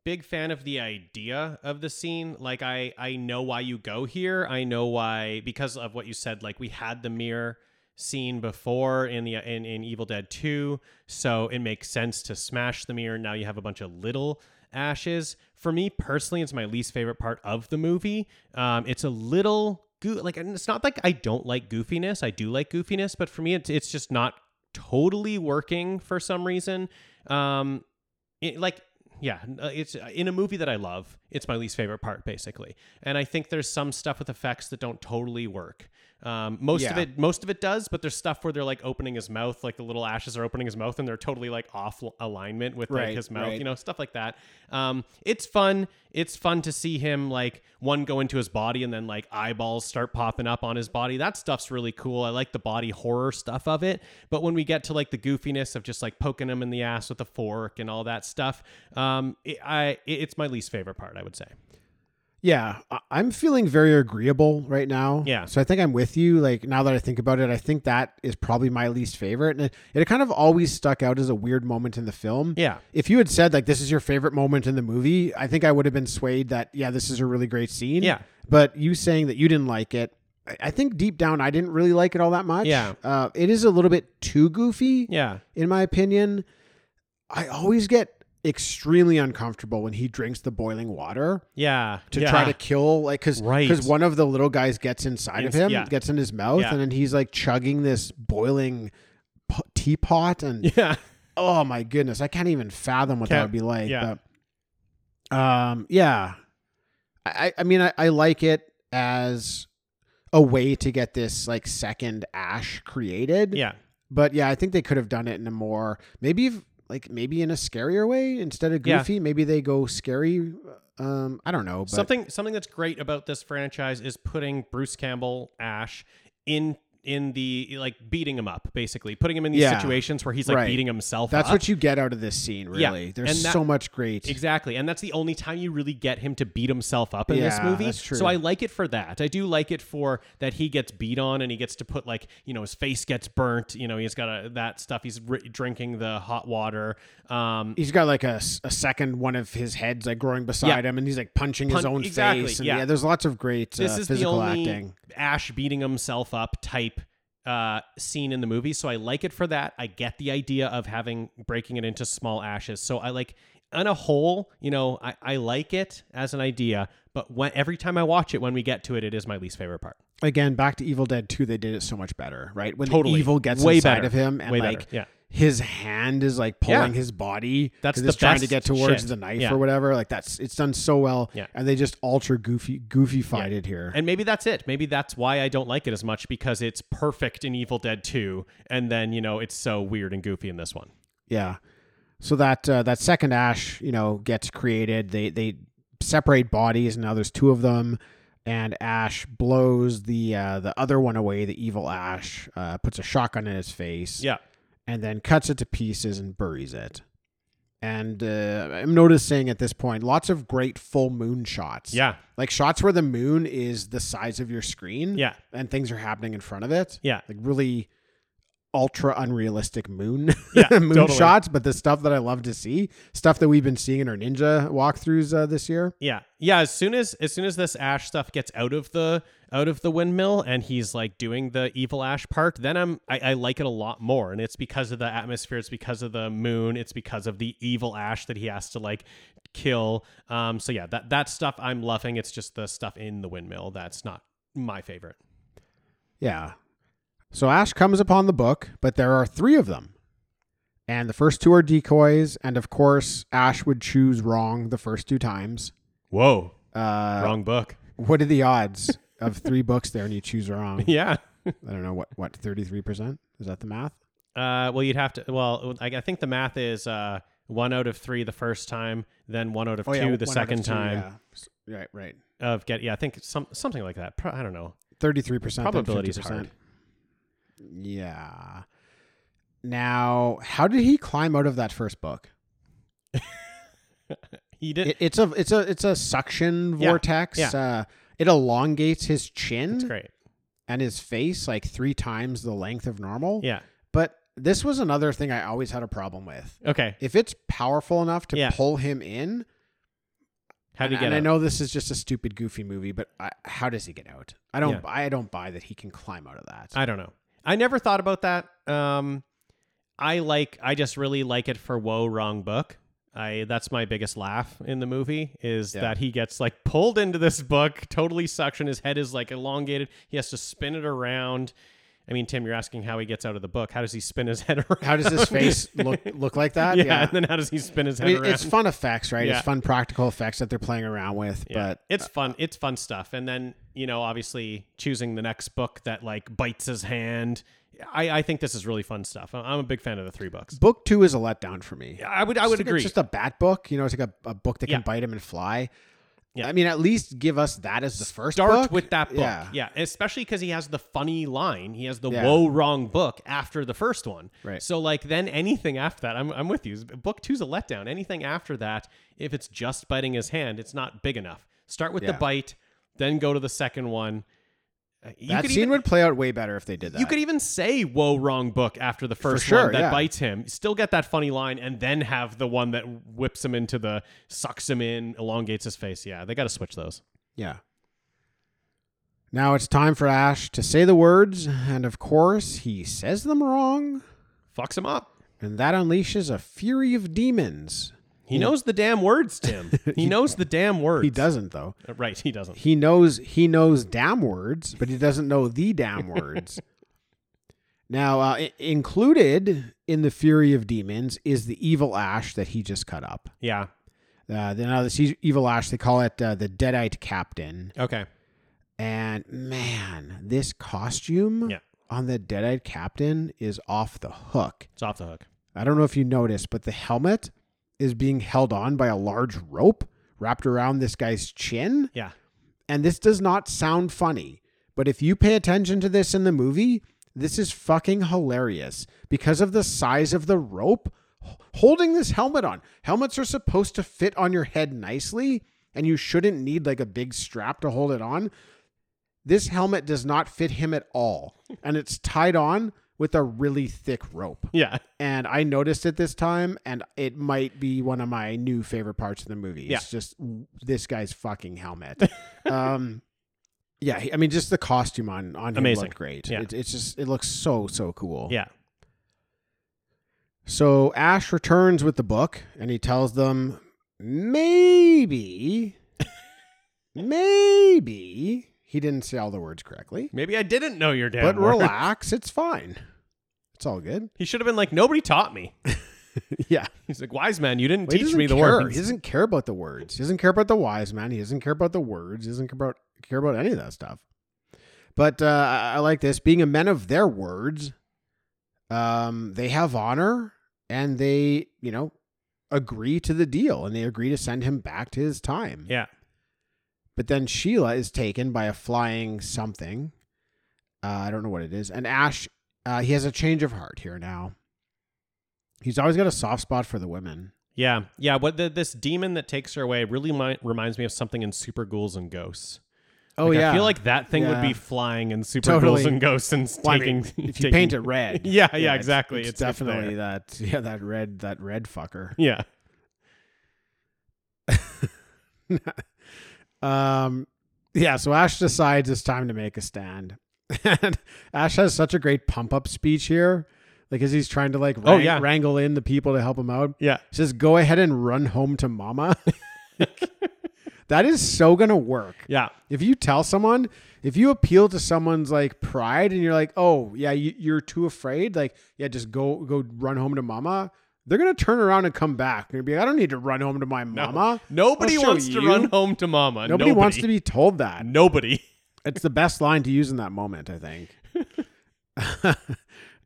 Speaker 5: big fan of the idea of the scene. Like I I know why you go here. I know why because of what you said. Like we had the mirror scene before in the in, in Evil Dead 2, so it makes sense to smash the mirror. Now you have a bunch of little ashes. For me personally, it's my least favorite part of the movie. Um, it's a little goo like and it's not like I don't like goofiness. I do like goofiness, but for me, it's it's just not totally working for some reason. Um, it, like yeah uh, it's uh, in a movie that i love it's my least favorite part basically and i think there's some stuff with effects that don't totally work um, most of
Speaker 4: Yeah.
Speaker 5: it most of it does but there's stuff where they're like opening his mouth like the little ashes are opening his mouth and they're totally like off l- alignment with like
Speaker 4: Right,
Speaker 5: his mouth
Speaker 4: right.
Speaker 5: you know stuff like that um, it's fun it's fun to see him like one go into his body and then like eyeballs start popping up on his body that stuff's really cool i like the body horror stuff of it but when we get to like the goofiness of just like poking him in the ass with a fork and all that stuff um, it, I, it- it's my least favorite part i would say
Speaker 4: Yeah, I- I'm feeling very agreeable right now.
Speaker 5: Yeah.
Speaker 4: So I think I'm with you. Like now that I think about it, I think that is probably my least favorite, and it, it kind of always stuck out as a weird moment in the film.
Speaker 5: Yeah.
Speaker 4: If you had said like this is your favorite moment in the movie, I think I would have been swayed that yeah this is a really great scene.
Speaker 5: Yeah.
Speaker 4: But you saying that you didn't like it, I, I think deep down I didn't really like it all that much.
Speaker 5: Yeah.
Speaker 4: Uh, it is a little bit too goofy.
Speaker 5: yeah
Speaker 4: in my opinion. I always get extremely uncomfortable when he drinks the boiling water
Speaker 5: yeah
Speaker 4: to
Speaker 5: yeah.
Speaker 4: try to kill like because
Speaker 5: Right.
Speaker 4: because one of the little guys gets inside of
Speaker 5: Ins-
Speaker 4: him
Speaker 5: yeah.
Speaker 4: gets in his mouth
Speaker 5: Yeah.
Speaker 4: and then he's like chugging this boiling po- teapot and
Speaker 5: yeah
Speaker 4: oh my goodness i can't even fathom what that
Speaker 5: Can't-
Speaker 4: would be like
Speaker 5: yeah.
Speaker 4: but um yeah i I- i mean I, I like it as a way to get this like second ash created
Speaker 5: yeah
Speaker 4: but yeah, I think they could have done it in a more maybe if- like maybe in a scarier way instead of
Speaker 5: Yeah.
Speaker 4: goofy. Maybe they go scary. Um, I don't know. But
Speaker 5: something something that's great about this franchise is putting Bruce Campbell Ash in in the like beating him up basically putting him in these
Speaker 4: Yeah.
Speaker 5: situations where he's like
Speaker 4: Right.
Speaker 5: beating himself
Speaker 4: that's
Speaker 5: up.
Speaker 4: what you get out of this scene.
Speaker 5: Yeah,
Speaker 4: Really, there's
Speaker 5: and that-
Speaker 4: so much great.
Speaker 5: Exactly. And that's the only time you really get him to beat himself up in this
Speaker 4: Yeah,
Speaker 5: movie.
Speaker 4: that's true.
Speaker 5: So I like it for that. I do like it for that he gets beat on and he gets to put like, you know, his face gets burnt, you know, he's got a, that stuff. He's ri drinking the hot water. Um
Speaker 4: He's got like a, s- a second one of his heads like growing beside him, and he's like punching his
Speaker 5: Pun-
Speaker 4: own
Speaker 5: exactly,
Speaker 4: face. And
Speaker 5: yeah.
Speaker 4: yeah. there's lots of great
Speaker 5: this
Speaker 4: uh,
Speaker 5: is the
Speaker 4: physical
Speaker 5: only
Speaker 4: acting.
Speaker 5: Ash beating himself up type uh, scene in the movie. So I like it for that. I get the idea of having breaking it into small ashes. So I like on a whole, you know, I, I like it as an idea, but when every time I watch it, when we get to it, it is my least favorite part.
Speaker 4: Again, back to Evil Dead 2, they did it so much better, right? When
Speaker 5: Totally.
Speaker 4: the evil gets
Speaker 5: Way
Speaker 4: inside
Speaker 5: better.
Speaker 4: of him and
Speaker 5: Way better,
Speaker 4: like
Speaker 5: yeah.
Speaker 4: his hand is like pulling his body.
Speaker 5: That's
Speaker 4: 'cause
Speaker 5: the
Speaker 4: it's trying to
Speaker 5: best
Speaker 4: get towards
Speaker 5: shit.
Speaker 4: the knife
Speaker 5: Yeah.
Speaker 4: or whatever. Like that's it's done so well.
Speaker 5: Yeah.
Speaker 4: And they just ultra goofy goofy fight it here.
Speaker 5: And maybe that's it. Maybe that's why I don't like it as much because it's perfect in Evil Dead 2 and then, you know, it's so weird and goofy in this one.
Speaker 4: Yeah. So that uh, that second ash, you know, gets created. They they separate bodies. Now there's two of them, and Ash blows the uh, the other one away. The evil Ash uh, puts a shotgun in his face,
Speaker 5: Yeah.
Speaker 4: and then cuts it to pieces and buries it. And uh, I'm noticing at this point lots of great full moon shots.
Speaker 5: Yeah.
Speaker 4: like shots where the moon is the size of your screen.
Speaker 5: Yeah.
Speaker 4: and things are happening in front of it
Speaker 5: Yeah.
Speaker 4: like really ultra unrealistic moon
Speaker 5: Yeah,
Speaker 4: moon
Speaker 5: totally.
Speaker 4: shots, but the stuff that I love to see, stuff that we've been seeing in our ninja walkthroughs uh, this year.
Speaker 5: Yeah. Yeah, as soon as as soon as this Ash stuff gets out of the out of the windmill and he's like doing the evil Ash part, then I'm I, I like it a lot more. And it's because of the atmosphere, it's because of the moon, it's because of the evil Ash that he has to like kill. Um so yeah, that that stuff I'm loving. It's just the stuff in the windmill that's not my favorite.
Speaker 4: Yeah. So Ash comes upon the book, but there are three of them. And the first two are decoys, and of course, Ash would choose wrong the first two times.
Speaker 5: Whoa.
Speaker 4: Uh,
Speaker 5: Wrong book.
Speaker 4: What are the odds of three books there and you choose wrong?
Speaker 5: Yeah.
Speaker 4: I don't know what what thirty three percent is that the math?
Speaker 5: Uh, well, you'd have to. Well, I, I think the math is uh, one out of three the first time, then one out of two
Speaker 4: Oh, yeah, one out
Speaker 5: the
Speaker 4: of
Speaker 5: second
Speaker 4: two,
Speaker 5: time
Speaker 4: yeah. Right, right.
Speaker 5: of get. Yeah, I think some something like that. Pro- I don't know.
Speaker 4: Thirty three percent
Speaker 5: Probability is hard.
Speaker 4: percent. Yeah. Now, how did he climb out of that first book?
Speaker 5: He did.
Speaker 4: It, it's a it's a it's a suction
Speaker 5: Yeah,
Speaker 4: vortex.
Speaker 5: yeah.
Speaker 4: Uh, it elongates his chin
Speaker 5: it's great.
Speaker 4: and his face like three times the length of normal.
Speaker 5: Yeah.
Speaker 4: But this was another thing I always had a problem with.
Speaker 5: Okay.
Speaker 4: If it's powerful enough to
Speaker 5: Yeah.
Speaker 4: pull him in,
Speaker 5: How do you
Speaker 4: and,
Speaker 5: get?
Speaker 4: and I
Speaker 5: out?
Speaker 4: know this is just a stupid, goofy movie, but I, how does he get out? I don't.
Speaker 5: Yeah.
Speaker 4: I don't buy that he can climb out of that.
Speaker 5: I don't know. I never thought about that. Um, I like. I just really like it for whoa wrong book. I that's my biggest laugh in the movie is
Speaker 4: Yeah.
Speaker 5: that he gets like pulled into this book, totally suction. His head is like elongated. He has to spin it around. I mean, Tim, you're asking how he gets out of the book. How does he spin his head around?
Speaker 4: how does his face look look like that?
Speaker 5: yeah, and then how does he spin his
Speaker 4: I
Speaker 5: head
Speaker 4: mean,
Speaker 5: around?
Speaker 4: it's fun effects, right?
Speaker 5: Yeah.
Speaker 4: It's fun practical effects that they're playing around with.
Speaker 5: Yeah.
Speaker 4: But
Speaker 5: it's fun. It's fun stuff. And then you know, obviously, choosing the next book that like bites his hand. I, I think this is really fun stuff. I- I'm a big fan of the three books.
Speaker 4: book two is a letdown for me.
Speaker 5: I would I would
Speaker 4: It's
Speaker 5: agree.
Speaker 4: just a bat book, you know, it's like a, a book that
Speaker 5: Yeah.
Speaker 4: can bite him and fly.
Speaker 5: Yeah.
Speaker 4: I mean, at least give us that as the first
Speaker 5: Start
Speaker 4: book.
Speaker 5: with that book. Yeah,
Speaker 4: Yeah.
Speaker 5: especially because he has the funny line. He has the
Speaker 4: Yeah.
Speaker 5: whoa wrong book after the first one.
Speaker 4: Right.
Speaker 5: So like then anything after that, I'm I'm with you. Book two's a letdown. Anything after that, if it's just biting his hand, it's not big enough. Start with the
Speaker 4: Yeah.
Speaker 5: bite, then go to the second one. Uh, You
Speaker 4: that
Speaker 5: could
Speaker 4: scene
Speaker 5: even-
Speaker 4: would play out way better if they did that.
Speaker 5: You could e- even say "whoa, wrong book" after the first
Speaker 4: sure,
Speaker 5: one that
Speaker 4: yeah.
Speaker 5: bites him. Still get that funny line, and then have the one that whips him into the, sucks him in, elongates his face. Yeah, they got to switch those.
Speaker 4: Yeah. Now it's time for Ash to say the words, and of course, he says them wrong,
Speaker 5: Fucks him up.
Speaker 4: and that unleashes a fury of demons.
Speaker 5: He knows the damn words, Tim. He knows the damn words.
Speaker 4: He doesn't though.
Speaker 5: Uh, Right, he doesn't.
Speaker 4: he knows he knows damn words, but he doesn't know the damn words. now, uh, i- included in the fury of demons is the evil ash that he just cut up.
Speaker 5: Yeah.
Speaker 4: Uh, the- now, this e- evil ash, they call it uh, the Deadite Captain.
Speaker 5: Okay.
Speaker 4: And man, this costume
Speaker 5: Yeah.
Speaker 4: on the Deadite Captain is off the hook.
Speaker 5: It's off the hook.
Speaker 4: I don't know if you noticed, but the helmet is being held on by a large rope wrapped around this guy's chin.
Speaker 5: Yeah.
Speaker 4: And this does not sound funny, but if you pay attention to this in the movie, this is fucking hilarious because of the size of the rope h- holding this helmet on. Helmets are supposed to fit on your head nicely, and you shouldn't need like a big strap to hold it on. This helmet does not fit him at all, and it's tied on with a really thick rope.
Speaker 5: Yeah.
Speaker 4: And I noticed it this time, and it might be one of my new favorite parts of the movie. It's just this guy's fucking helmet. um, yeah, he- I mean, just the costume on on him
Speaker 5: Amazing.
Speaker 4: looked great.
Speaker 5: Yeah.
Speaker 4: It, it's just it looks so so cool.
Speaker 5: Yeah.
Speaker 4: So Ash returns with the book, and he tells them maybe, maybe he didn't say all the words correctly,
Speaker 5: Maybe I didn't know your dad.
Speaker 4: but relax, it's fine. It's all good.
Speaker 5: He should have been like, nobody taught me.
Speaker 4: Yeah.
Speaker 5: He's like, wise man, you didn't
Speaker 4: Well, he
Speaker 5: teach
Speaker 4: doesn't
Speaker 5: me the
Speaker 4: care.
Speaker 5: words.
Speaker 4: He doesn't care about the words. He doesn't care about the wise man. He doesn't care about the words. He doesn't care about care about any of that stuff. But uh, I I like this being a men of their words. Um, they have honor, and they you know agree to the deal, and they agree to send him back to his time.
Speaker 5: yeah.
Speaker 4: But then Sheila is taken by a flying something. Uh, I don't know what it is. And Ash, uh, he has a change of heart here now. He's always got a soft spot for the women.
Speaker 5: Yeah. Yeah. What the, this demon that takes her away really mi- reminds me of something in Super Ghouls and Ghosts.
Speaker 4: Oh
Speaker 5: Like, I feel like that thing would
Speaker 4: Yeah.
Speaker 5: be flying in Super
Speaker 4: Totally.
Speaker 5: Ghouls and Ghosts and s-
Speaker 4: Well, I
Speaker 5: taking.
Speaker 4: mean, if you
Speaker 5: taking-
Speaker 4: paint it red.
Speaker 5: Yeah, yeah, exactly.
Speaker 4: It's,
Speaker 5: It's- it's
Speaker 4: definitely that. Yeah, that red. That red fucker.
Speaker 5: Yeah.
Speaker 4: Um, yeah. So Ash decides it's time to make a stand, and Ash has such a great pump up speech here, like as he's trying to like
Speaker 5: Oh,
Speaker 4: wrang-
Speaker 5: yeah.
Speaker 4: wrangle in the people to help him out.
Speaker 5: Yeah.
Speaker 4: He says, "Go ahead and run home to mama." that is so gonna work.
Speaker 5: Yeah.
Speaker 4: If you tell someone, if you appeal to someone's like pride and you're like, oh yeah, you, you're too afraid, like yeah, just go go run home to mama. They're gonna turn around and come back. They're gonna be, like, I don't need to run home to my mama.
Speaker 5: Nobody
Speaker 4: I'll show
Speaker 5: wants to
Speaker 4: you."
Speaker 5: run home to mama.
Speaker 4: Nobody, wants to be told that.
Speaker 5: Nobody.
Speaker 4: It's the best line to use in that moment, I think.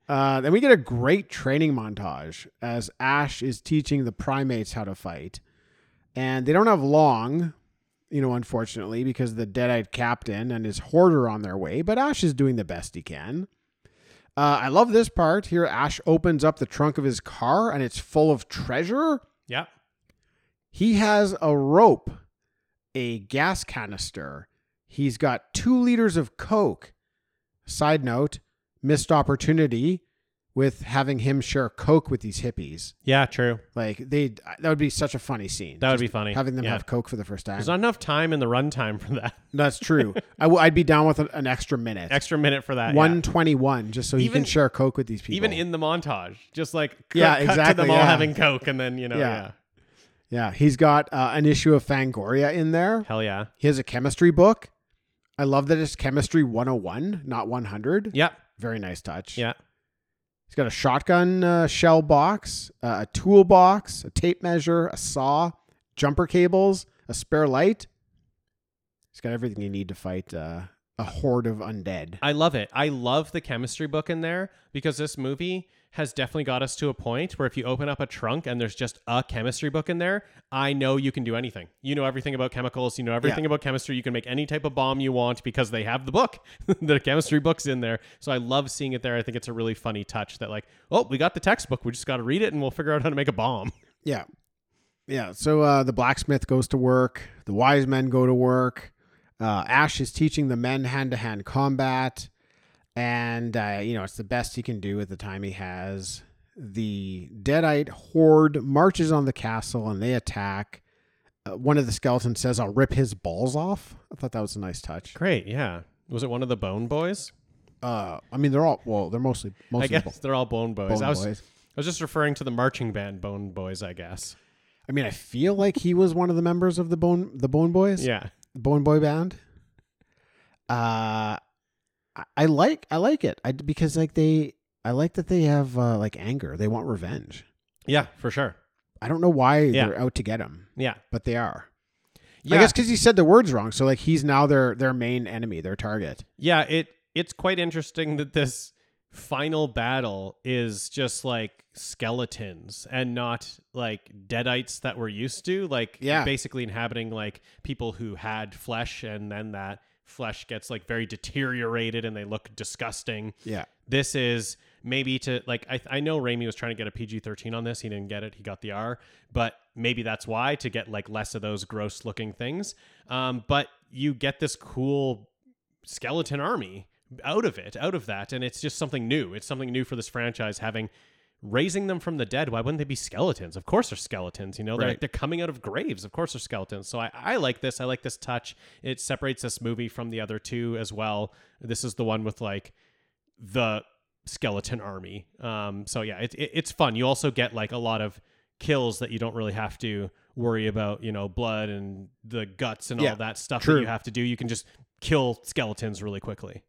Speaker 4: uh, then we get a great training montage as Ash is teaching the primates how to fight. And they don't have long, you know, unfortunately, because the dead eyed captain and his horde are on their way, but Ash is doing the best he can. Uh, I love this part here. Ash opens up the trunk of his car and it's full of treasure.
Speaker 5: Yeah.
Speaker 4: He has a rope, a gas canister. He's got two liters of Coke. Side note, missed opportunity with having him share Coke with these hippies.
Speaker 5: Yeah. True.
Speaker 4: Like they, that would be such a funny scene.
Speaker 5: That would
Speaker 4: Just
Speaker 5: be funny.
Speaker 4: Having them
Speaker 5: Yeah.
Speaker 4: have Coke for the first time.
Speaker 5: There's not enough time in the runtime for that.
Speaker 4: That's true. I w- I'd be down with an, an extra minute.
Speaker 5: Extra minute for that. yeah.
Speaker 4: 121, just so he
Speaker 5: Even-
Speaker 4: can share Coke with these people.
Speaker 5: Even in the montage, just like cut,
Speaker 4: Yeah,
Speaker 5: cut to
Speaker 4: exactly,
Speaker 5: them all
Speaker 4: yeah.
Speaker 5: having coke, and then you know, yeah,
Speaker 4: Yeah. yeah, he's got uh, an issue of Fangoria in there.
Speaker 5: hell yeah,
Speaker 4: He has a chemistry book. I love that it's chemistry 101, not 100.
Speaker 5: yeah,
Speaker 4: Very nice touch.
Speaker 5: yeah,
Speaker 4: He's got a shotgun uh, shell box, uh, a toolbox, a tape measure, a saw, jumper cables, a spare light. He's got everything you need to fight uh, a horde of undead.
Speaker 5: I love it. I love the chemistry book in there because this movie has definitely got us to a point where if you open up a trunk and there's just a chemistry book in there, I know you can do anything. You know everything about chemicals, you know everything about chemistry, you can make any type of bomb you want because they have the book. the chemistry book's in there. So I love seeing it there. I think it's a really funny touch that like, oh, we got the textbook, we just got to read it and we'll figure out how to make a bomb.
Speaker 4: Yeah. Yeah. So uh, the blacksmith goes to work, the wise men go to work. Uh, Ash is teaching the men hand to hand combat. And, uh, you know, it's the best he can do with the time he has. The Deadite horde marches on the castle and they attack. Uh, one of the skeletons says, I'll rip his balls off. I thought that was a nice touch.
Speaker 5: Great, yeah. Was it one of the Bone Boys?
Speaker 4: Uh, I mean, they're all, well, they're mostly,
Speaker 5: I
Speaker 4: mostly bo-
Speaker 5: guess they're all Bone Boys.
Speaker 4: bone
Speaker 5: I was,
Speaker 4: boys.
Speaker 5: I was just referring to the marching band Bone Boys, I guess.
Speaker 4: I mean, I feel like he was one of the members of the Bone, the Bone Boys.
Speaker 5: Yeah.
Speaker 4: Bone Boy Band. Uh, I, I like I like it. I because like they I like that they have uh, like anger. They want revenge.
Speaker 5: Yeah, for sure.
Speaker 4: I don't know why
Speaker 5: Yeah.
Speaker 4: they're out to get him,
Speaker 5: Yeah.
Speaker 4: but they are.
Speaker 5: Yeah.
Speaker 4: I guess because he said the words wrong, so like he's now their their main enemy, their target.
Speaker 5: yeah, it it's quite interesting that this final battle is just like skeletons and not like deadites that we're used to like
Speaker 4: Yeah.
Speaker 5: basically inhabiting like people who had flesh and then that flesh gets like very deteriorated and they look disgusting
Speaker 4: Yeah.
Speaker 5: this is maybe to like I, I know Raimi was trying to get a PG-13 on this he didn't get it he got the R but maybe that's why to get like less of those gross looking things um, but you get this cool skeleton army out of it out of that and it's just something new it's something new for this franchise having raising them from the dead why wouldn't they be skeletons of course they're skeletons you know they're,
Speaker 4: Right.
Speaker 5: they're coming out of graves of course they're skeletons so I, I like this i like this touch it separates this movie from the other two as well this is the one with like the skeleton army. Um, so yeah, it, it, it's fun. You also get like a lot of kills that you don't really have to worry about, you know, blood and the guts and
Speaker 4: Yeah,
Speaker 5: all that stuff
Speaker 4: true.
Speaker 5: that you have to do. You can just kill skeletons really quickly.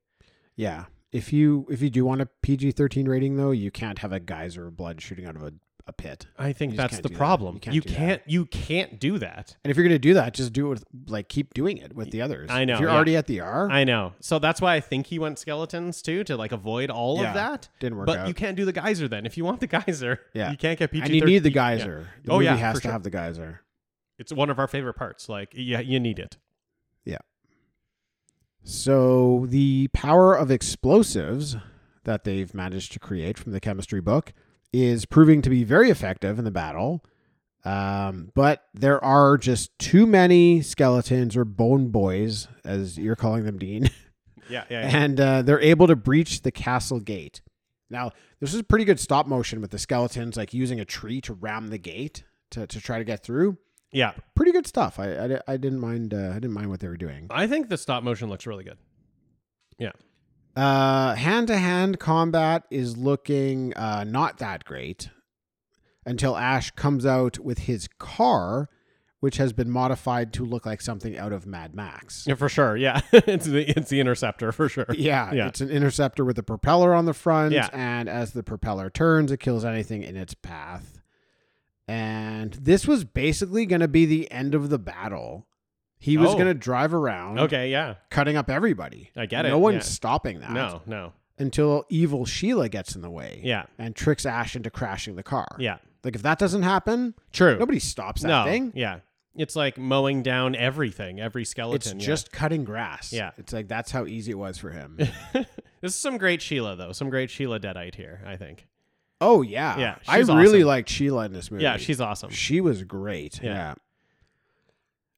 Speaker 4: Yeah. If you if you do want a PG thirteen rating though, you can't have a geyser of blood shooting out of a, a pit.
Speaker 5: I think
Speaker 4: You just
Speaker 5: that's
Speaker 4: can't
Speaker 5: the
Speaker 4: do that.
Speaker 5: problem.
Speaker 4: You can't
Speaker 5: you
Speaker 4: do that.
Speaker 5: can't you can't do that.
Speaker 4: And if you're gonna do that, just do it with like keep doing it with the others.
Speaker 5: I know,
Speaker 4: If you're
Speaker 5: yeah.
Speaker 4: already at the R,
Speaker 5: I know. So that's why I think he went skeletons too to like avoid all
Speaker 4: Yeah,
Speaker 5: of that.
Speaker 4: didn't work
Speaker 5: But
Speaker 4: out.
Speaker 5: you can't do the geyser then. If you want the geyser,
Speaker 4: Yeah.
Speaker 5: you can't get PG.
Speaker 4: and you need the geyser. The
Speaker 5: Oh,
Speaker 4: movie
Speaker 5: yeah,
Speaker 4: has to
Speaker 5: for sure.
Speaker 4: have the geyser.
Speaker 5: It's one of our favorite parts. Like yeah, you need it.
Speaker 4: So the power of explosives that they've managed to create from the chemistry book is proving to be very effective in the battle. Um, but there are just too many skeletons or bone boys, as you're calling them, Dean,
Speaker 5: Yeah, yeah. yeah.
Speaker 4: and uh, they're able to breach the castle gate. Now, this is pretty good stop motion with the skeletons, like using a tree to ram the gate to, to try to get through.
Speaker 5: yeah.
Speaker 4: Pretty good stuff. I, I, I didn't mind. Uh, I didn't mind what they were doing.
Speaker 5: I think the stop motion looks really good. Yeah.
Speaker 4: Uh, hand to hand combat is looking uh, not that great until Ash comes out with his car, which has been modified to look like something out of Mad Max.
Speaker 5: Yeah, for sure. Yeah. it's the it's the interceptor for sure.
Speaker 4: Yeah,
Speaker 5: Yeah.
Speaker 4: it's an interceptor with a propeller on the front,
Speaker 5: Yeah.
Speaker 4: and as the propeller turns, it kills anything in its path. And this was basically going to be the end of the battle. He was
Speaker 5: Oh.
Speaker 4: going to drive around,
Speaker 5: Okay, yeah.
Speaker 4: cutting up everybody.
Speaker 5: I get
Speaker 4: no
Speaker 5: it,
Speaker 4: No one's
Speaker 5: yeah.
Speaker 4: stopping that.
Speaker 5: No, no.
Speaker 4: until evil Sheila gets in the way.
Speaker 5: Yeah.
Speaker 4: And tricks Ash into crashing the car.
Speaker 5: Yeah.
Speaker 4: Like if that doesn't happen,
Speaker 5: True.
Speaker 4: nobody stops that
Speaker 5: no.
Speaker 4: thing.
Speaker 5: Yeah. It's like mowing down everything, every skeleton.
Speaker 4: it's
Speaker 5: yeah.
Speaker 4: just cutting grass.
Speaker 5: Yeah.
Speaker 4: It's like that's how easy it was for him.
Speaker 5: This is some great Sheila though. Some great Sheila deadite here, I think.
Speaker 4: oh yeah.
Speaker 5: Yeah,
Speaker 4: I
Speaker 5: she's
Speaker 4: really
Speaker 5: awesome.
Speaker 4: liked Sheila in this movie.
Speaker 5: Yeah, she's awesome.
Speaker 4: she was great. Yeah.
Speaker 5: Yeah.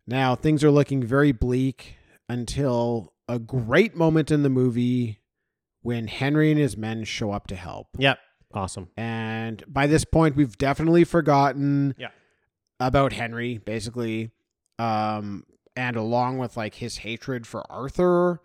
Speaker 4: Now things are looking very bleak until a great moment in the movie when Henry and his men show up to help.
Speaker 5: Yep. Awesome.
Speaker 4: And by this point, we've definitely forgotten
Speaker 5: Yeah.
Speaker 4: about Henry, basically. Um, and along with like his hatred for Arthur,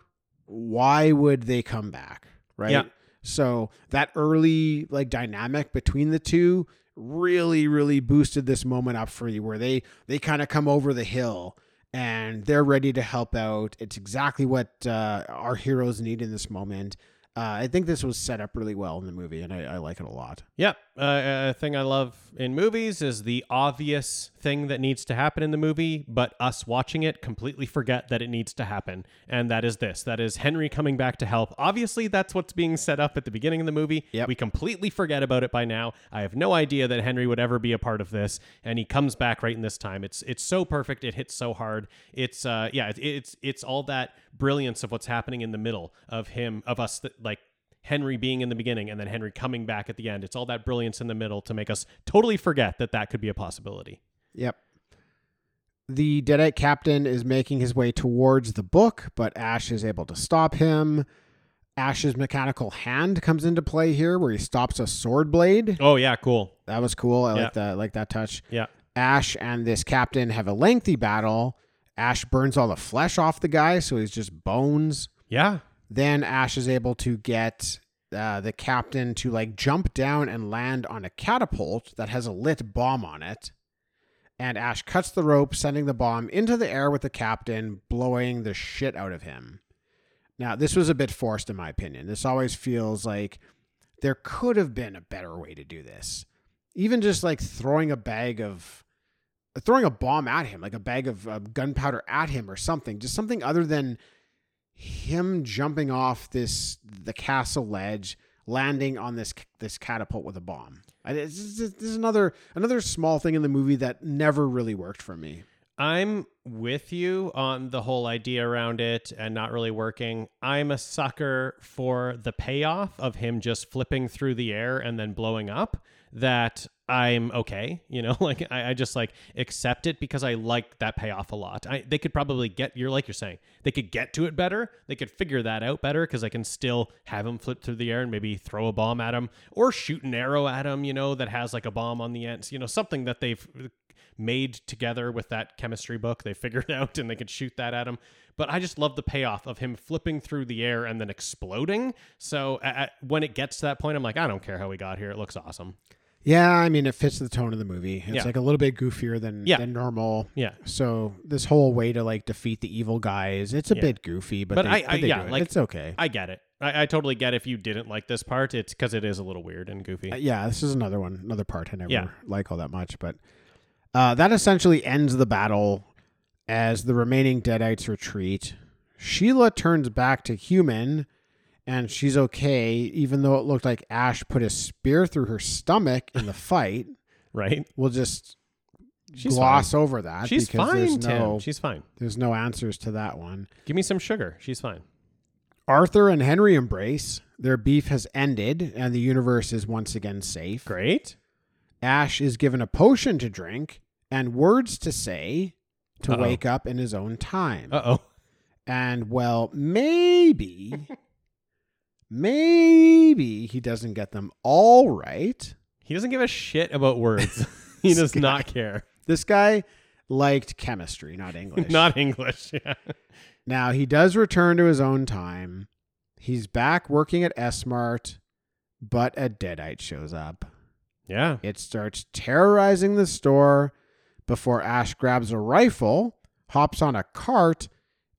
Speaker 4: why would they come back? Right.
Speaker 5: Yeah.
Speaker 4: So that early like dynamic between the two really, really boosted this moment up for you where they they kind of come over the hill and they're ready to help out. It's exactly what uh, our heroes need in this moment. Uh, I think this was set up really well in the movie, and I, I like it a lot.
Speaker 5: Yep. Uh, a thing I love in movies is the obvious thing that needs to happen in the movie, but us watching it completely forget that it needs to happen. And that is this that is Henry coming back to help. Obviously, that's what's being set up at the beginning of the movie.
Speaker 4: Yep.
Speaker 5: We completely forget about it by now. I have no idea that Henry would ever be a part of this. And he comes back right in this time. It's it's so perfect. It hits so hard. It's, uh, yeah, it, it's, it's all that brilliance of what's happening in the middle of him, of us, that, like, Henry being in the beginning and then Henry coming back at the end. It's all that brilliance in the middle to make us totally forget that that could be a possibility.
Speaker 4: Yep. The Deadite captain is making his way towards the book, but Ash is able to stop him. Ash's mechanical hand comes into play here, where he stops a sword blade.
Speaker 5: Oh yeah, cool.
Speaker 4: That was cool. I
Speaker 5: Yeah.
Speaker 4: like that. I Like that touch.
Speaker 5: Yeah.
Speaker 4: Ash and this captain have a lengthy battle. Ash burns all the flesh off the guy, so he's just bones.
Speaker 5: Yeah.
Speaker 4: then Ash is able to get uh, the captain to like jump down and land on a catapult that has a lit bomb on it. And Ash cuts the rope, sending the bomb into the air with the captain, blowing the shit out of him. Now, this was a bit forced, in my opinion. This always feels like there could have been a better way to do this. Even just like throwing a bag of, throwing a bomb at him, like a bag of uh, gunpowder at him or something, just something other than him jumping off this the castle ledge landing on this this catapult with a bomb. I, this, is, this is another another small thing in the movie that never really worked for me.
Speaker 5: I'm with you on the whole idea around it and not really working. I'm a sucker for the payoff of him just flipping through the air and then blowing up. That I'm okay, you know, like I, I just like accept it because I like that payoff a lot. I they could probably get you're like you're saying they could get to it better. They could figure that out better because I can still have him flip through the air and maybe throw a bomb at him or shoot an arrow at him, you know, that has like a bomb on the end, you know, something that they've made together with that chemistry book they figured out and they could shoot that at him but i just love the payoff of him flipping through the air and then exploding so at, at- when it gets to that point i'm like i don't care how we got here it looks awesome
Speaker 4: Yeah, I mean it fits the tone of the movie. It's
Speaker 5: Yeah.
Speaker 4: like a little bit goofier than
Speaker 5: Yeah.
Speaker 4: than normal.
Speaker 5: yeah
Speaker 4: So this whole way to like defeat the evil guys, it's a
Speaker 5: Yeah.
Speaker 4: bit goofy, but,
Speaker 5: But
Speaker 4: they,
Speaker 5: I- I-
Speaker 4: they
Speaker 5: yeah,
Speaker 4: do it.
Speaker 5: like-
Speaker 4: it's okay.
Speaker 5: i get it I, I totally get if you didn't like this part it's because it is a little weird and goofy
Speaker 4: Uh, yeah, this is another one, another part I never
Speaker 5: Yeah.
Speaker 4: like all that much, but uh, that essentially ends the battle as the remaining Deadites retreat. Sheila turns back to human, and she's okay, even though it looked like Ash put a spear through her stomach in the fight.
Speaker 5: right
Speaker 4: We'll just
Speaker 5: She's
Speaker 4: gloss over that
Speaker 5: she's
Speaker 4: because
Speaker 5: fine
Speaker 4: there's
Speaker 5: tim
Speaker 4: no
Speaker 5: she's fine
Speaker 4: there's no answers to that one.
Speaker 5: give me some sugar she's fine
Speaker 4: Arthur and Henry embrace. Their beef has ended, and the universe is once again safe.
Speaker 5: great
Speaker 4: Ash is given a potion to drink and words to say to
Speaker 5: Uh-oh.
Speaker 4: wake up in his own time.
Speaker 5: uh-oh
Speaker 4: And well, maybe, maybe he doesn't get them all right.
Speaker 5: he doesn't give a shit about words he does not care
Speaker 4: This guy liked chemistry, not English.
Speaker 5: not english yeah
Speaker 4: now he does return to his own time. He's back working at S-Mart, but a deadite shows up.
Speaker 5: yeah
Speaker 4: It starts terrorizing the store before Ash grabs a rifle, hops on a cart,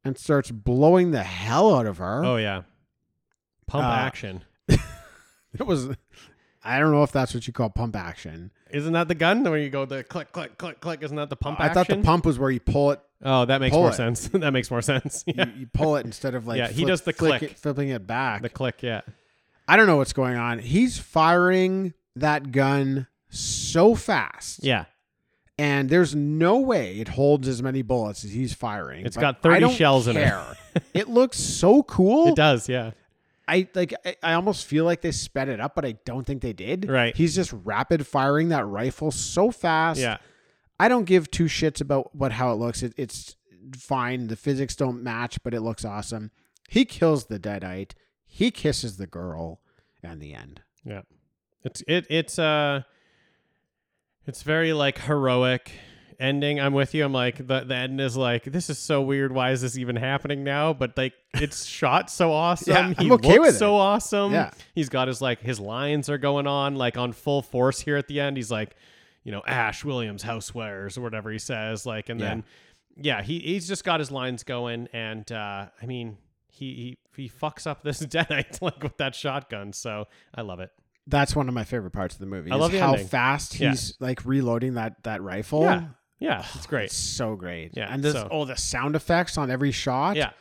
Speaker 4: and starts blowing the hell out of her.
Speaker 5: oh yeah pump
Speaker 4: Uh,
Speaker 5: action
Speaker 4: It was I don't know if that's what you call pump action.
Speaker 5: Isn't that the gun where you go the click click click click? Isn't that the pump
Speaker 4: I
Speaker 5: action?
Speaker 4: thought the pump was where you pull it
Speaker 5: Oh, that makes
Speaker 4: pull
Speaker 5: more
Speaker 4: it. Mm.
Speaker 5: sense. that makes more sense. Yeah.
Speaker 4: you, you pull it instead of like
Speaker 5: Yeah, he does the
Speaker 4: flick
Speaker 5: click.
Speaker 4: it, flipping it back.
Speaker 5: The click, yeah.
Speaker 4: I don't know what's going on. He's firing that gun so fast.
Speaker 5: Yeah.
Speaker 4: and there's no way it holds as many bullets as he's firing.
Speaker 5: It's
Speaker 4: but
Speaker 5: got
Speaker 4: I
Speaker 5: 30
Speaker 4: don't
Speaker 5: shells in it.
Speaker 4: care. it looks so cool.
Speaker 5: It does, yeah.
Speaker 4: I like. I, I almost feel like they sped it up, but I don't think they did.
Speaker 5: Right.
Speaker 4: He's just rapid firing that rifle so fast.
Speaker 5: Yeah.
Speaker 4: I don't give two shits about what how it looks. It, it's fine. The physics don't match, but it looks awesome. He kills the deadite. He kisses the girl, and the end.
Speaker 5: Yeah. It's it it's uh it's very like heroic ending. I'm with you. I'm like the the end is like this is so weird. Why is this even happening now? But like it's shot so awesome.
Speaker 4: Yeah,
Speaker 5: he
Speaker 4: I'm okay
Speaker 5: looks
Speaker 4: with it.
Speaker 5: so awesome.
Speaker 4: Yeah.
Speaker 5: He's got his like his lines are going on like on full force here at the end. He's like, you know, Ash Williams housewares or whatever he says like and
Speaker 4: Yeah.
Speaker 5: then yeah, he he's just got his lines going and uh I mean, he he, he fucks up this deadite like with that shotgun. So, I love it.
Speaker 4: That's one of my favorite parts of the movie.
Speaker 5: I
Speaker 4: is
Speaker 5: love the
Speaker 4: how
Speaker 5: ending.
Speaker 4: fast
Speaker 5: Yeah.
Speaker 4: he's like reloading that that rifle.
Speaker 5: Yeah. Yeah, it's great.
Speaker 4: It's so great.
Speaker 5: Yeah,
Speaker 4: And this
Speaker 5: so-
Speaker 4: oh the sound effects on every shot.
Speaker 5: Yeah.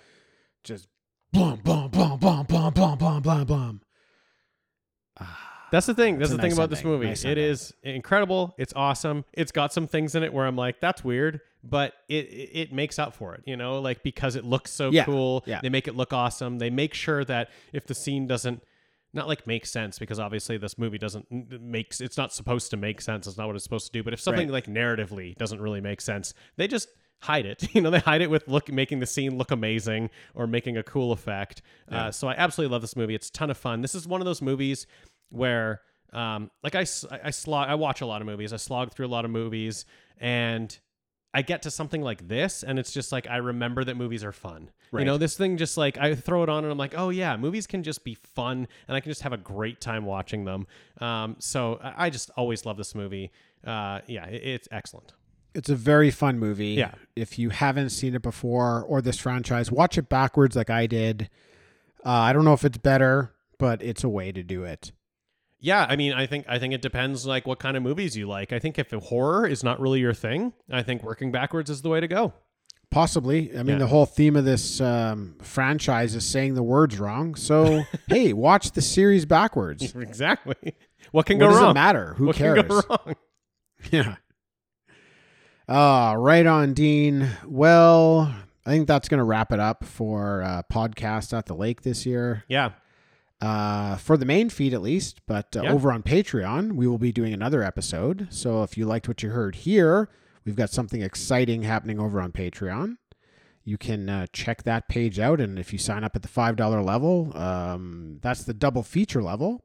Speaker 4: Just blum blum blum blum blum blum blum blum blum. Ah,
Speaker 5: That's the thing. That's
Speaker 4: It's a
Speaker 5: the thing
Speaker 4: nice
Speaker 5: about this
Speaker 4: ending.
Speaker 5: movie.
Speaker 4: Nice
Speaker 5: it
Speaker 4: ending.
Speaker 5: is incredible. It's awesome. It's got some things in it where I'm like, that's weird, but it it it makes up for it, you know, like because it looks so
Speaker 4: Yeah,
Speaker 5: cool.
Speaker 4: yeah.
Speaker 5: They make it look awesome. They make sure that if the scene doesn't not like make sense because obviously this movie doesn't makes it's not supposed to make sense. It's not what it's supposed to do. But if something like narratively doesn't really make sense, they just hide it. You know, they hide it with look making the scene look amazing or making a cool effect. Uh, so I absolutely love this movie. It's a ton of fun. This is one of those movies where um like I s- I, I slog I watch a lot of movies. I slog through a lot of movies and I get to something like this and it's just like I remember that movies are fun. You
Speaker 4: Right.
Speaker 5: know, this thing just like I throw it on and I'm like, oh yeah, movies can just be fun and I can just have a great time watching them. Um, so I I just always love this movie. Uh, yeah, it, it's excellent.
Speaker 4: It's a very fun movie.
Speaker 5: Yeah.
Speaker 4: If you haven't seen it before or this franchise, watch it backwards like I did. Uh, I don't know if it's better, but it's a way to do it.
Speaker 5: Yeah, I mean, I think I think it depends like what kind of movies you like. I think if horror is not really your thing, I think working backwards is the way to go.
Speaker 4: Possibly. I mean,
Speaker 5: Yeah.
Speaker 4: the whole theme of this um, franchise is saying the words wrong. So, hey, watch the series backwards.
Speaker 5: Exactly. What can
Speaker 4: What
Speaker 5: go
Speaker 4: does
Speaker 5: wrong?
Speaker 4: it matter? Who
Speaker 5: what
Speaker 4: cares?
Speaker 5: can go wrong?
Speaker 4: Yeah. Uh, right on, Dean. Well, I think that's going to wrap it up for uh, podcast at the lake this year.
Speaker 5: Yeah.
Speaker 4: Uh, for the main feed at least, but uh,
Speaker 5: Yeah.
Speaker 4: over on Patreon, we will be doing another episode. So if you liked what you heard here, we've got something exciting happening over on Patreon. You can uh, check that page out, and if you sign up at the five dollar level, um, that's the double feature level.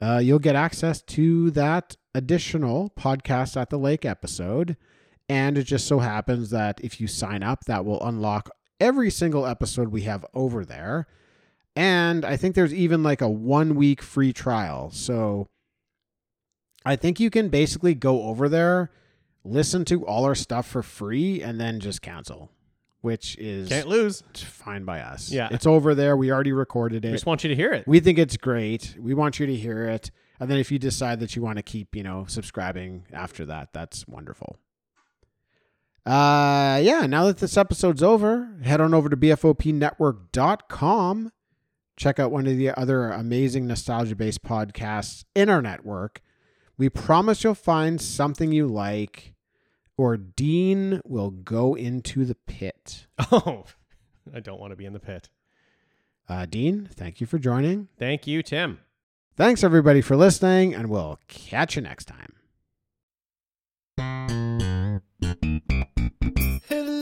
Speaker 4: Uh, you'll get access to that additional podcast at the lake episode. And it just so happens that if you sign up, that will unlock every single episode we have over there. And I think there's even like a one week free trial. So I think you can basically go over there, listen to all our stuff for free, and then just cancel, which is
Speaker 5: Can't lose.
Speaker 4: fine by us.
Speaker 5: Yeah.
Speaker 4: It's over there. We already recorded
Speaker 5: We
Speaker 4: it.
Speaker 5: just want you to hear it.
Speaker 4: We think it's great. We want you to hear it. And then if you decide that you want to keep, you know, subscribing after that, that's wonderful. Uh yeah, now that this episode's over, head on over to bfopnetwork.com. Check out one of the other amazing nostalgia-based podcasts in our network. We promise you'll find something you like or Dean will go into the pit.
Speaker 5: Oh, I don't want to be in the pit.
Speaker 4: Uh, Dean, thank you for joining.
Speaker 5: Thank you, Tim.
Speaker 4: Thanks everybody for listening, and we'll catch you next time.